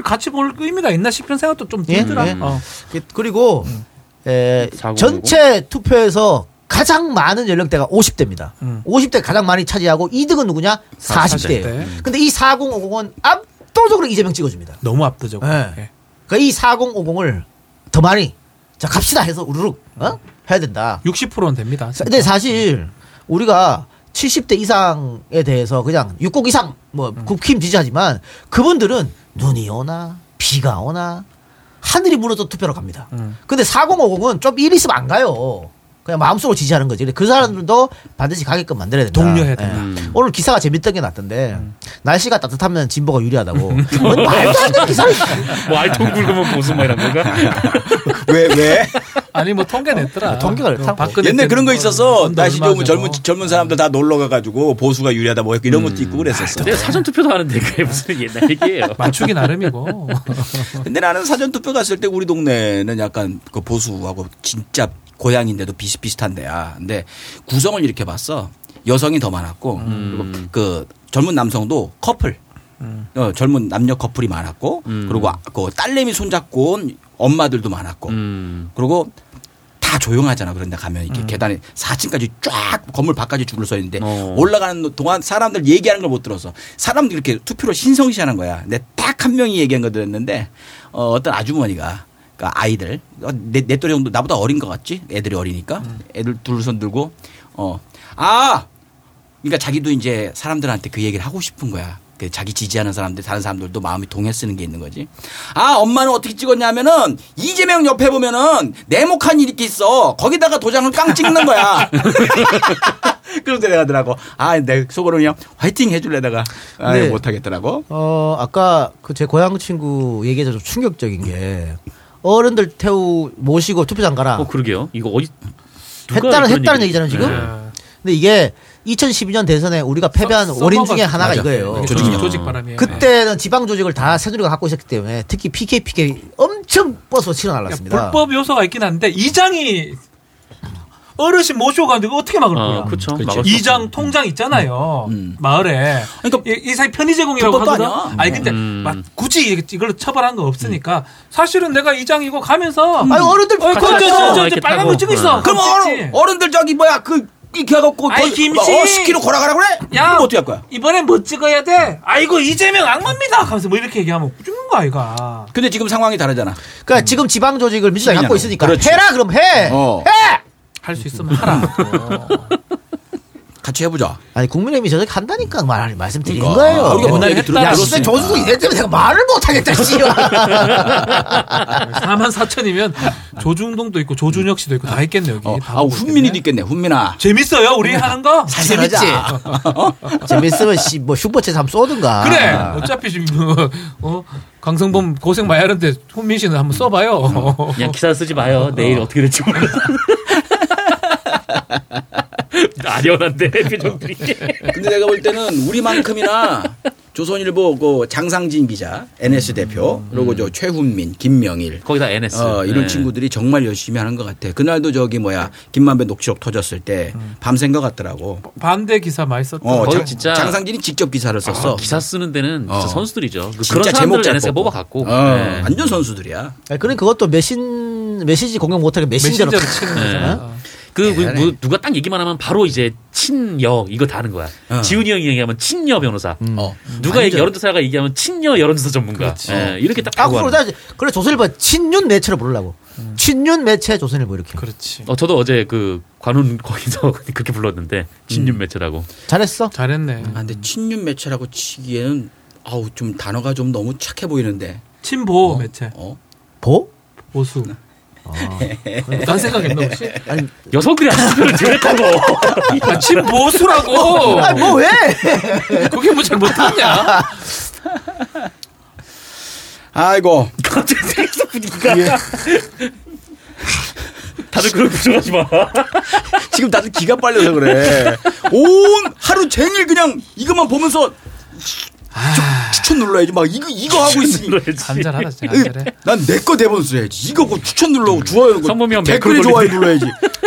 같이 볼 의미가 있나 싶은 생각도 좀 예, 들더라. 음. 예. 어. 음. 그- 그리고 에, 4950? 전체 투표에서 가장 많은 연령대가 50대입니다. 50대 가장 많이 차지하고 2등은 누구냐? 40대예요. 음. 40대. 근데 이 4050은 압도적으로 이재명 찍어줍니다. 너무 압도적으로. 예. 예. 그러니까 이 4050을 더 많이 자 갑시다 해서 우르륵 어? 해야 된다. 60%는 됩니다. 사- 근데 사실 우리가 70대 이상에 대해서 그냥 60 이상 음. 뭐 국힘 지지하지만 그분들은 눈이 오나 비가 오나 하늘이 무너져 투표로 갑니다. 음. 근데 4050은 좀 일이 있으면 안 가요. 그냥 마음속으로 지지하는 거지. 근데 그 사람들도 반드시 가게끔 만들어야 된다. 독려해야 된다. 음. 예. 오늘 기사가 재밌던 게 났던데 날씨가 따뜻하면 진보가 유리하다고. 뭔 말도 안 되는 기사를 뭐 알통 굵으면 무슨 말이란 건가? 왜 왜? 아니 뭐 통계 냈더라. 아, 통계가 그 냈다고. 박근혜 옛날 때 그런 거 뭐 있어서 돈도 뭐 날씨 얼마 좋으면 젊은 주고. 젊은 사람들 다 놀러 가가지고 보수가 유리하다 뭐 이런 것도 있고 그랬었어. 내가 사전 투표도 하는데 그게 무슨 옛날 얘기예요. 맞추기 나름이고. 근데 나는 사전 투표 갔을 때 우리 동네는 약간 그 보수하고 진짜 고향인데도 비슷비슷한 데야. 근데 구성을 이렇게 봤어. 여성이 더 많았고 그리고 그 젊은 남성도 커플. 어, 젊은 남녀 커플이 많았고 그리고 아- 그 딸내미 손잡고 온 엄마들도 많았고 음. 그리고 다 조용하잖아. 그런데 가면 이렇게 계단에 4층까지 쫙 건물 바깥에 줄을 서 있는데 어. 올라가는 동안 사람들 얘기하는 걸 못 들어서 사람들 이렇게 투표로 신성시하는 거야. 근데 딱 한 명이 얘기한 거 들었는데 어, 어떤 아주머니가 그러니까 아이들 어, 내, 내 또래 정도 나보다 어린 것 같지? 애들이 어리니까 애들 둘 손 들고 어, 어아 그러니까 자기도 이제 사람들한테 그 얘기를 하고 싶은 거야. 그 자기 지지하는 사람들, 다른 사람들도 마음이 동해 쓰는 게 있는 거지. 아, 엄마는 어떻게 찍었냐면은 이재명 옆에 보면은 네모칸이 이렇게 있어. 거기다가 도장을 깡 찍는 거야. 그런데 내가 하더라고. 아, 내 속으로 그냥 화이팅 해줄래다가 아, 네. 못하겠더라고. 어, 아까 그 제 고향 친구 얘기해서 좀 충격적인 게 어른들 태우 모시고 투표장 가라. 어 그러게요. 이거 어디 누가 했다는 그런 했다는 얘기를- 얘기잖아요 지금. 네. 근데 이게 2012년 대선에 우리가 패배한 서- 원인 서버가- 중에 하나가 맞아. 이거예요. 어. 이게 조직력. 조직, 조직 바람이에요. 그때는 지방 조직을 다 새누리가 갖고 있었기 때문에 특히 PK PK 엄청 버스로 치러 그러니까 날랐습니다. 불법 요소가 있긴 한데 이장이 어르신 모시고 가는데 이거 어떻게 막을 거야? 아, 그렇죠. 그렇지. 막을 수 이장 없죠. 통장 있잖아요. 음. 마을에. 그러니까 이, 이 사이 편의제공이라고 하거든. 불법도 아니야. 아니 근데 음. 막 굳이 이게- 이걸로 처벌한 건 없으니까 사실은 내가 이장이고 가면서 음. 아니 어른들 어, 같이 그거 저, 갔죠. 저, 저, 이렇게 저 빨간 타고. 거 찍고 있어. 어. 그럼 아, 찍지. 어른, 어른들 저기 뭐야 그 이렇게 해갖고 아이, 거기 막 김씨! 50km 걸어가라 그래? 야, 그럼 어떻게 할 거야? 이번엔 뭐 찍어야 돼? 아이고 이재명 악마입니다. 하면서 뭐 이렇게 얘기하면 죽는 거 아이가. 근데 지금 상황이 다르잖아. 그러니까 지금 지방 조직을 민주당이 갖고 있으니까 그렇지. 해라 그럼 해. 어. 해. 할 수 있으면 하라. 같이 해보자. 아니 국민의힘이 저렇게 한다니까 말 말씀드린 그러니까. 거예요. 우리가 옛날에 먼저 얘기 했다. 야, 야, 진짜 들었으니까. 조수도 이래 때문에 내가 말을 못하겠다, 씨발. 4만 4천이면 조중동도 있고 조준혁 씨도 있고 다 있겠네 여기. 어, 다 아, 보고 훈민이도 예, 있겠네. 있겠네. 훈민아. 재밌어요 우리 하는 거. 재밌지? 재밌으면, 씨, 뭐, 슈퍼챗 한번 쏘든가. 그래. 아. 어차피 지금 뭐, 어? 강성범 고생 많이 하는데 훈민 씨는 한번 써봐요. 그냥 기사 쓰지 마요. 내일 어. 떻게 될지 몰라. 아련한데 표정들이. 근데 내가 볼 때는 우리만큼이나 조선일보 그 장상진 기자, NS 대표, 그리고 저 최훈민, 김명일, 거기다 NS. 어, 이런 음. 네. 친구들이 정말 열심히 하는 것 같아. 그날도 저기 뭐야 김만배 녹취록 터졌을 때 밤샌 것 같더라고. 반대 기사 많이 썼죠. 음. 어, 거의 장, 진짜- 장상진이 직접 기사를 썼어. 아, 기사 쓰는 데는 진짜 어. 선수들이죠. 그, 진짜 런 사람들 잘 NS가 뽑고. 뽑아갖고. 어, 네. 완전 선수들이야. 아니, 그러니까 그것도 메신, 메시지 공격 못하게 메신저로. 메신저로 치는 거잖아. 그, 그, 뭐 누가 딱 얘기만 하면 바로 이제 친여 이거 다 하는 거야. 어. 지훈이 형이 얘기하면 친여 변호사. 어. 음. 누가 얘기, 여론조사가 얘기하면 친여 여론조사 전문가. 예, 이렇게 딱 아, 하고 그러다, 이제 그래, 조선일보, 친윤 매체로 부르려고. 친윤 매체 조선일보, 이렇게. 음. 그렇지. 어, 저도 어제 그 관훈 거기서 그렇게 음. 불렀는데 친윤 매체라고. 잘했어. 잘했네. 아, 근데 친윤 매체라고 치기에는 아우 좀 단어가 좀 너무 착해 보이는데. 친보 매체 어? 보? 어. 보수. 딴 생각 있나 혹시? 아니, 여성들이 아스를 들었다고. 아, 뭐 친보수라고. 아니, 뭐, 왜? 그게 뭐 잘못했냐? 아이고 예. 갑자기 생각서 보니까. 다들 그런 부정하지 마. 지금 다들 기가 빨려서 그래. 온 하루 종일 그냥 이것만 보면서 저- 추천 눌러야지. 막 이거 이거 하고 있으니. 안잘하다 진짜 안잘해. 난 내 거 대본 써야지. 이거 꼭 추천 눌러고 좋아요. 음. 성범이형 댓글 매크로 좋아요 눌러야지.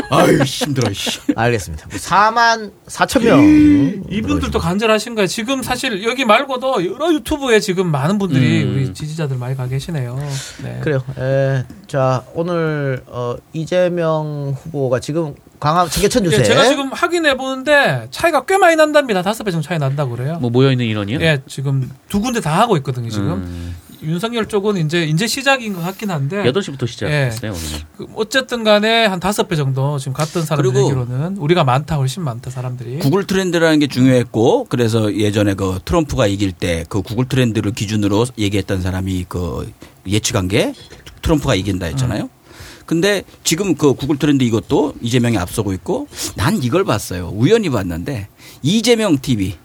아유 힘들어. 씨. 알겠습니다. 4만 4천 명. 이분들도 간절하신 거예요. 지금 사실 여기 말고도 여러 유튜브에 지금 많은 분들이 우리 지지자들 많이 가 계시네요. 네. 그래요. 에, 자 오늘 어, 이재명 후보가 지금 광화 청계천 예, 유세. 제가 지금 확인해 보는데 차이가 꽤 많이 난답니다. 다섯 배 정도 차이 난다고 그래요. 뭐 모여있는 인원이요? 예, 지금 두 군데 다 하고 있거든요. 지금 음. 윤석열 쪽은 이제 이제 시작인 것 같긴 한데 8시부터 시작했어요, 오늘. 그 어쨌든간에 한 다섯 배 정도 지금 갔던 사람들 그리고- 얘기로는 우리가 많다 훨씬 많다 사람들이. 구글 트렌드라는 게 중요했고 그래서 예전에 그 트럼프가 이길 때 그 구글 트렌드를 기준으로 얘기했던 사람이 그 예측한 게 트럼프가 이긴다 했잖아요. 근데 지금 그 구글 트렌드 이것도 이재명이 앞서고 있고 난 이걸 봤어요. 우연히 봤는데 이재명 TV,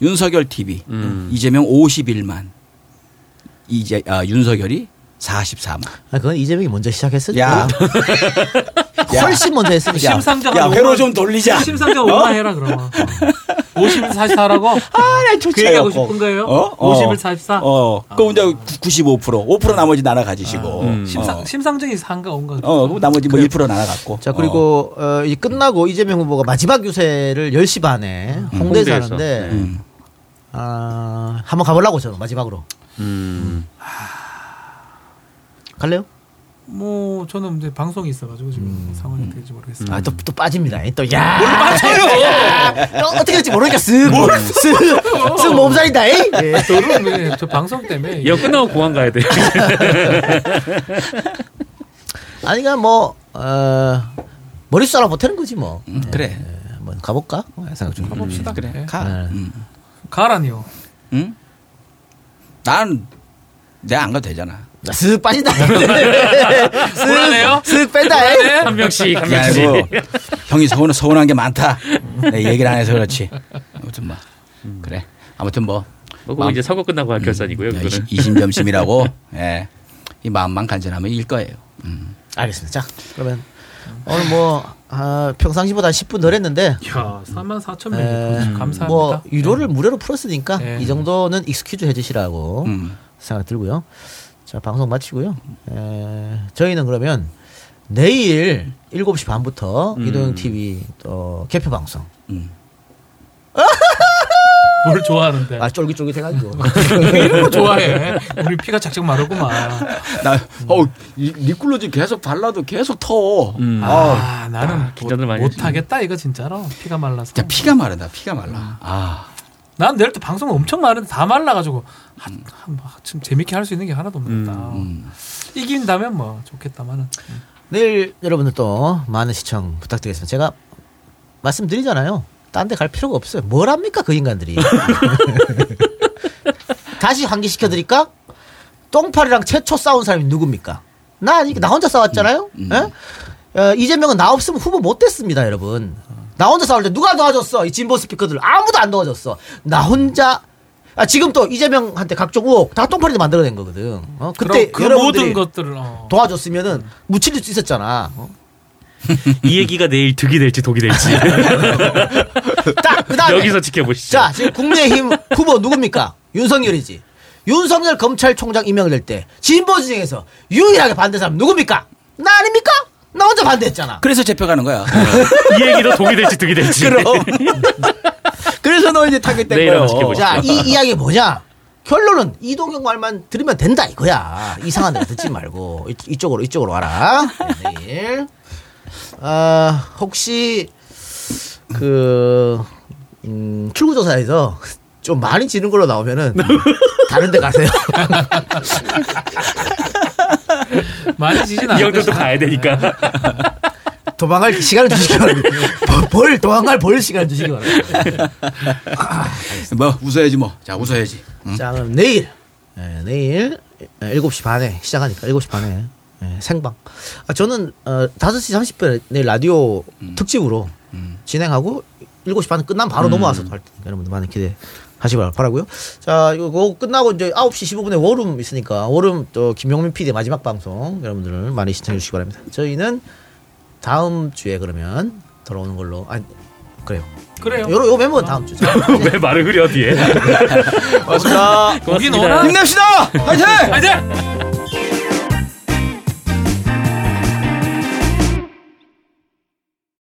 윤석열 TV, 음. 이재명 51만, 이제 아, 윤석열이 44만. 아, 그건 이재명이 먼저 시작했으니까. 야, 훨씬 먼저 했으니까. 야, 심상정 야, 오만- 회로 좀 돌리자. 심상정 5만 해라 그러면 50일 44라고 아. 그 얘기하고 싶은 거예요? 50일 44? 어, 그거 혼자 95%, 5% 나머지 나눠 가지시고. 음. 심상, 어. 심상정이 산가 온가 어, 그럼 나머지 뭐 1% 나눠 갖고. 자 그리고 어, 이제 끝나고 이재명 후보가 마지막 유세를 10시 반에 홍대에서 홍대에서. 하는데 네. 음. 아, 한번 가보려고 저는 마지막으로 아. 음. 갈래요? 뭐 저는 이제 방송이 있어가지고 지금 음. 상황이 어떻게 될지 모르겠어요. 아 또 또 빠집니다. 또야 빠져요. 어떻게 될지 모르니까 쓱쓱쓱 몸살이다. 에이? 예. 저는 왜, 저 방송 때문에 이거 끝나고 공항 가야 돼. 아니 그냥 뭐 어, 머릿수 알아 보태는 거지 뭐. 음, 그래. 예, 한번 가볼까? 뭐 생각 좀 해봅시다. 봅시다. 그래. 예. 가. 네. 음. 가라니요. 응? 난 내가 안 가도 되잖아. 쓱 빠진다. 쓱, 쓱 뺀다. 에이? 한 명씩 한 그게 명씩. 아니고 형이 서운 서운한 게 많다. 내 얘기를 안 해서 그렇지. 아무튼 뭐 그래. 아무튼 뭐 뭐 그거 이제 선거 끝나고 할 결산이고요. 야, 그거는. 이- 이심점심이라고. 예. 이 마음만 간절하면 일 거예요. 음. 알겠습니다. 자 그러면 오늘 뭐 아, 평상시보다 10분 덜 했는데 야, 3만 4천 명. 에, 감사합니다. 뭐 유료를 무료로 풀었으니까 예. 이 정도는 익스큐즈 해주시라고 음. 생각 들고요. 자 방송 마치고요. 에, 저희는 그러면 내일 7시 반부터 음. 이동형 TV 어, 개표 방송. 음. 뭘 좋아하는데? 아 쫄깃쫄깃해가지고 이런 거 좋아해. 우리 피가 작작 마르구만. 나 어우 이- 리클로즈 계속 발라도 계속 터. 음. 아, 나는 긴장을 많이 못, 하겠다 이거 진짜로 피가 말라서. 진짜 피가 마르다. 피가 말라. 아. 난 내일 또 방송 엄청 많은데 다 말라가지고 한, 한, 뭐, 좀 재밌게 할 수 있는 게 하나도 없다. 음. 이긴다면 뭐 좋겠다만은. 내일 여러분들 또 많은 시청 부탁드리겠습니다. 제가 말씀드리잖아요. 딴 데 갈 필요가 없어요. 뭘 합니까 그 인간들이. 다시 환기시켜 드릴까? 똥파리랑 최초 싸운 사람이 누굽니까? 나 아니 나 혼자 싸웠잖아요. 음, 예? 어, 이재명은 나 없으면 후보 못 됐습니다, 여러분. 나 혼자 싸울 때 누가 도와줬어? 이 진보 스피커들 아무도 안 도와줬어. 나 혼자 아 지금 또 이재명한테 각종 의혹 다 똥파리도 만들어낸 거거든. 어, 그때 그럼 그 여러분들이 모든 것들을 어. 도와줬으면은 무찔릴 수 있었잖아. 어? 이 얘기가 내일 득이 될지 독이 될지 딱 그다음에 여기서 지켜보시죠. 자 지금 국민의힘 후보 누굽니까? 윤석열이지. 윤석열 검찰총장 임명될 때 진보 진영에서 유일하게 반대 사람 누굽니까? 나 아닙니까? 나 혼자 반대했잖아. 그래서 재평하는 거야. 이 얘기도 독이 될지 득이 될지. 그래서 너 이제 타겟 된 거예요. 네, 지켜보시죠. 자, 이 이야기 뭐냐? 결론은 이동경 말만 들으면 된다 이거야. 이상한 데 듣지 말고 이, 이쪽으로 이쪽으로 와라. 네, 내일. 아, 혹시 그 음, 출구조사에서 좀 많이 지는 걸로 나오면은 다른 데 가세요. 많이 지진 이 형들도 않아. 가야 되니까. 도망갈 시간을 주시기 바랍니다. 벌- 벌 도망갈 벌 시간을 주시기 바랍니다. 뭐 웃어야지 뭐. 자, 웃어야지. 음. 자, 그럼 내일 예, 내일 7시 반에 시작하니까 7시 반에 예, 생방. 아, 저는 어, 5시 30분에 내일 라디오 특집으로 진행하고 7시 반에 끝나면 바로 넘어와서 할 테니까 여러분들 많은 기대 하시기 바라- 바라고요. 자, 이거 그거 끝나고 이제 9시 15분에 워룸 있으니까 워룸 또 김용민 PD 의 마지막 방송 여러분들 많이 시청해 주시기 바랍니다. 저희는 다음 주에 그러면 돌아오는 걸로 아니 그래요. 그래요. 요, 요 멤버는 다음 주죠. 왜 말을 흐려 뒤에. 고기 넣어라. 고맙습니다. 힘냅시다. 화이팅. 화이팅.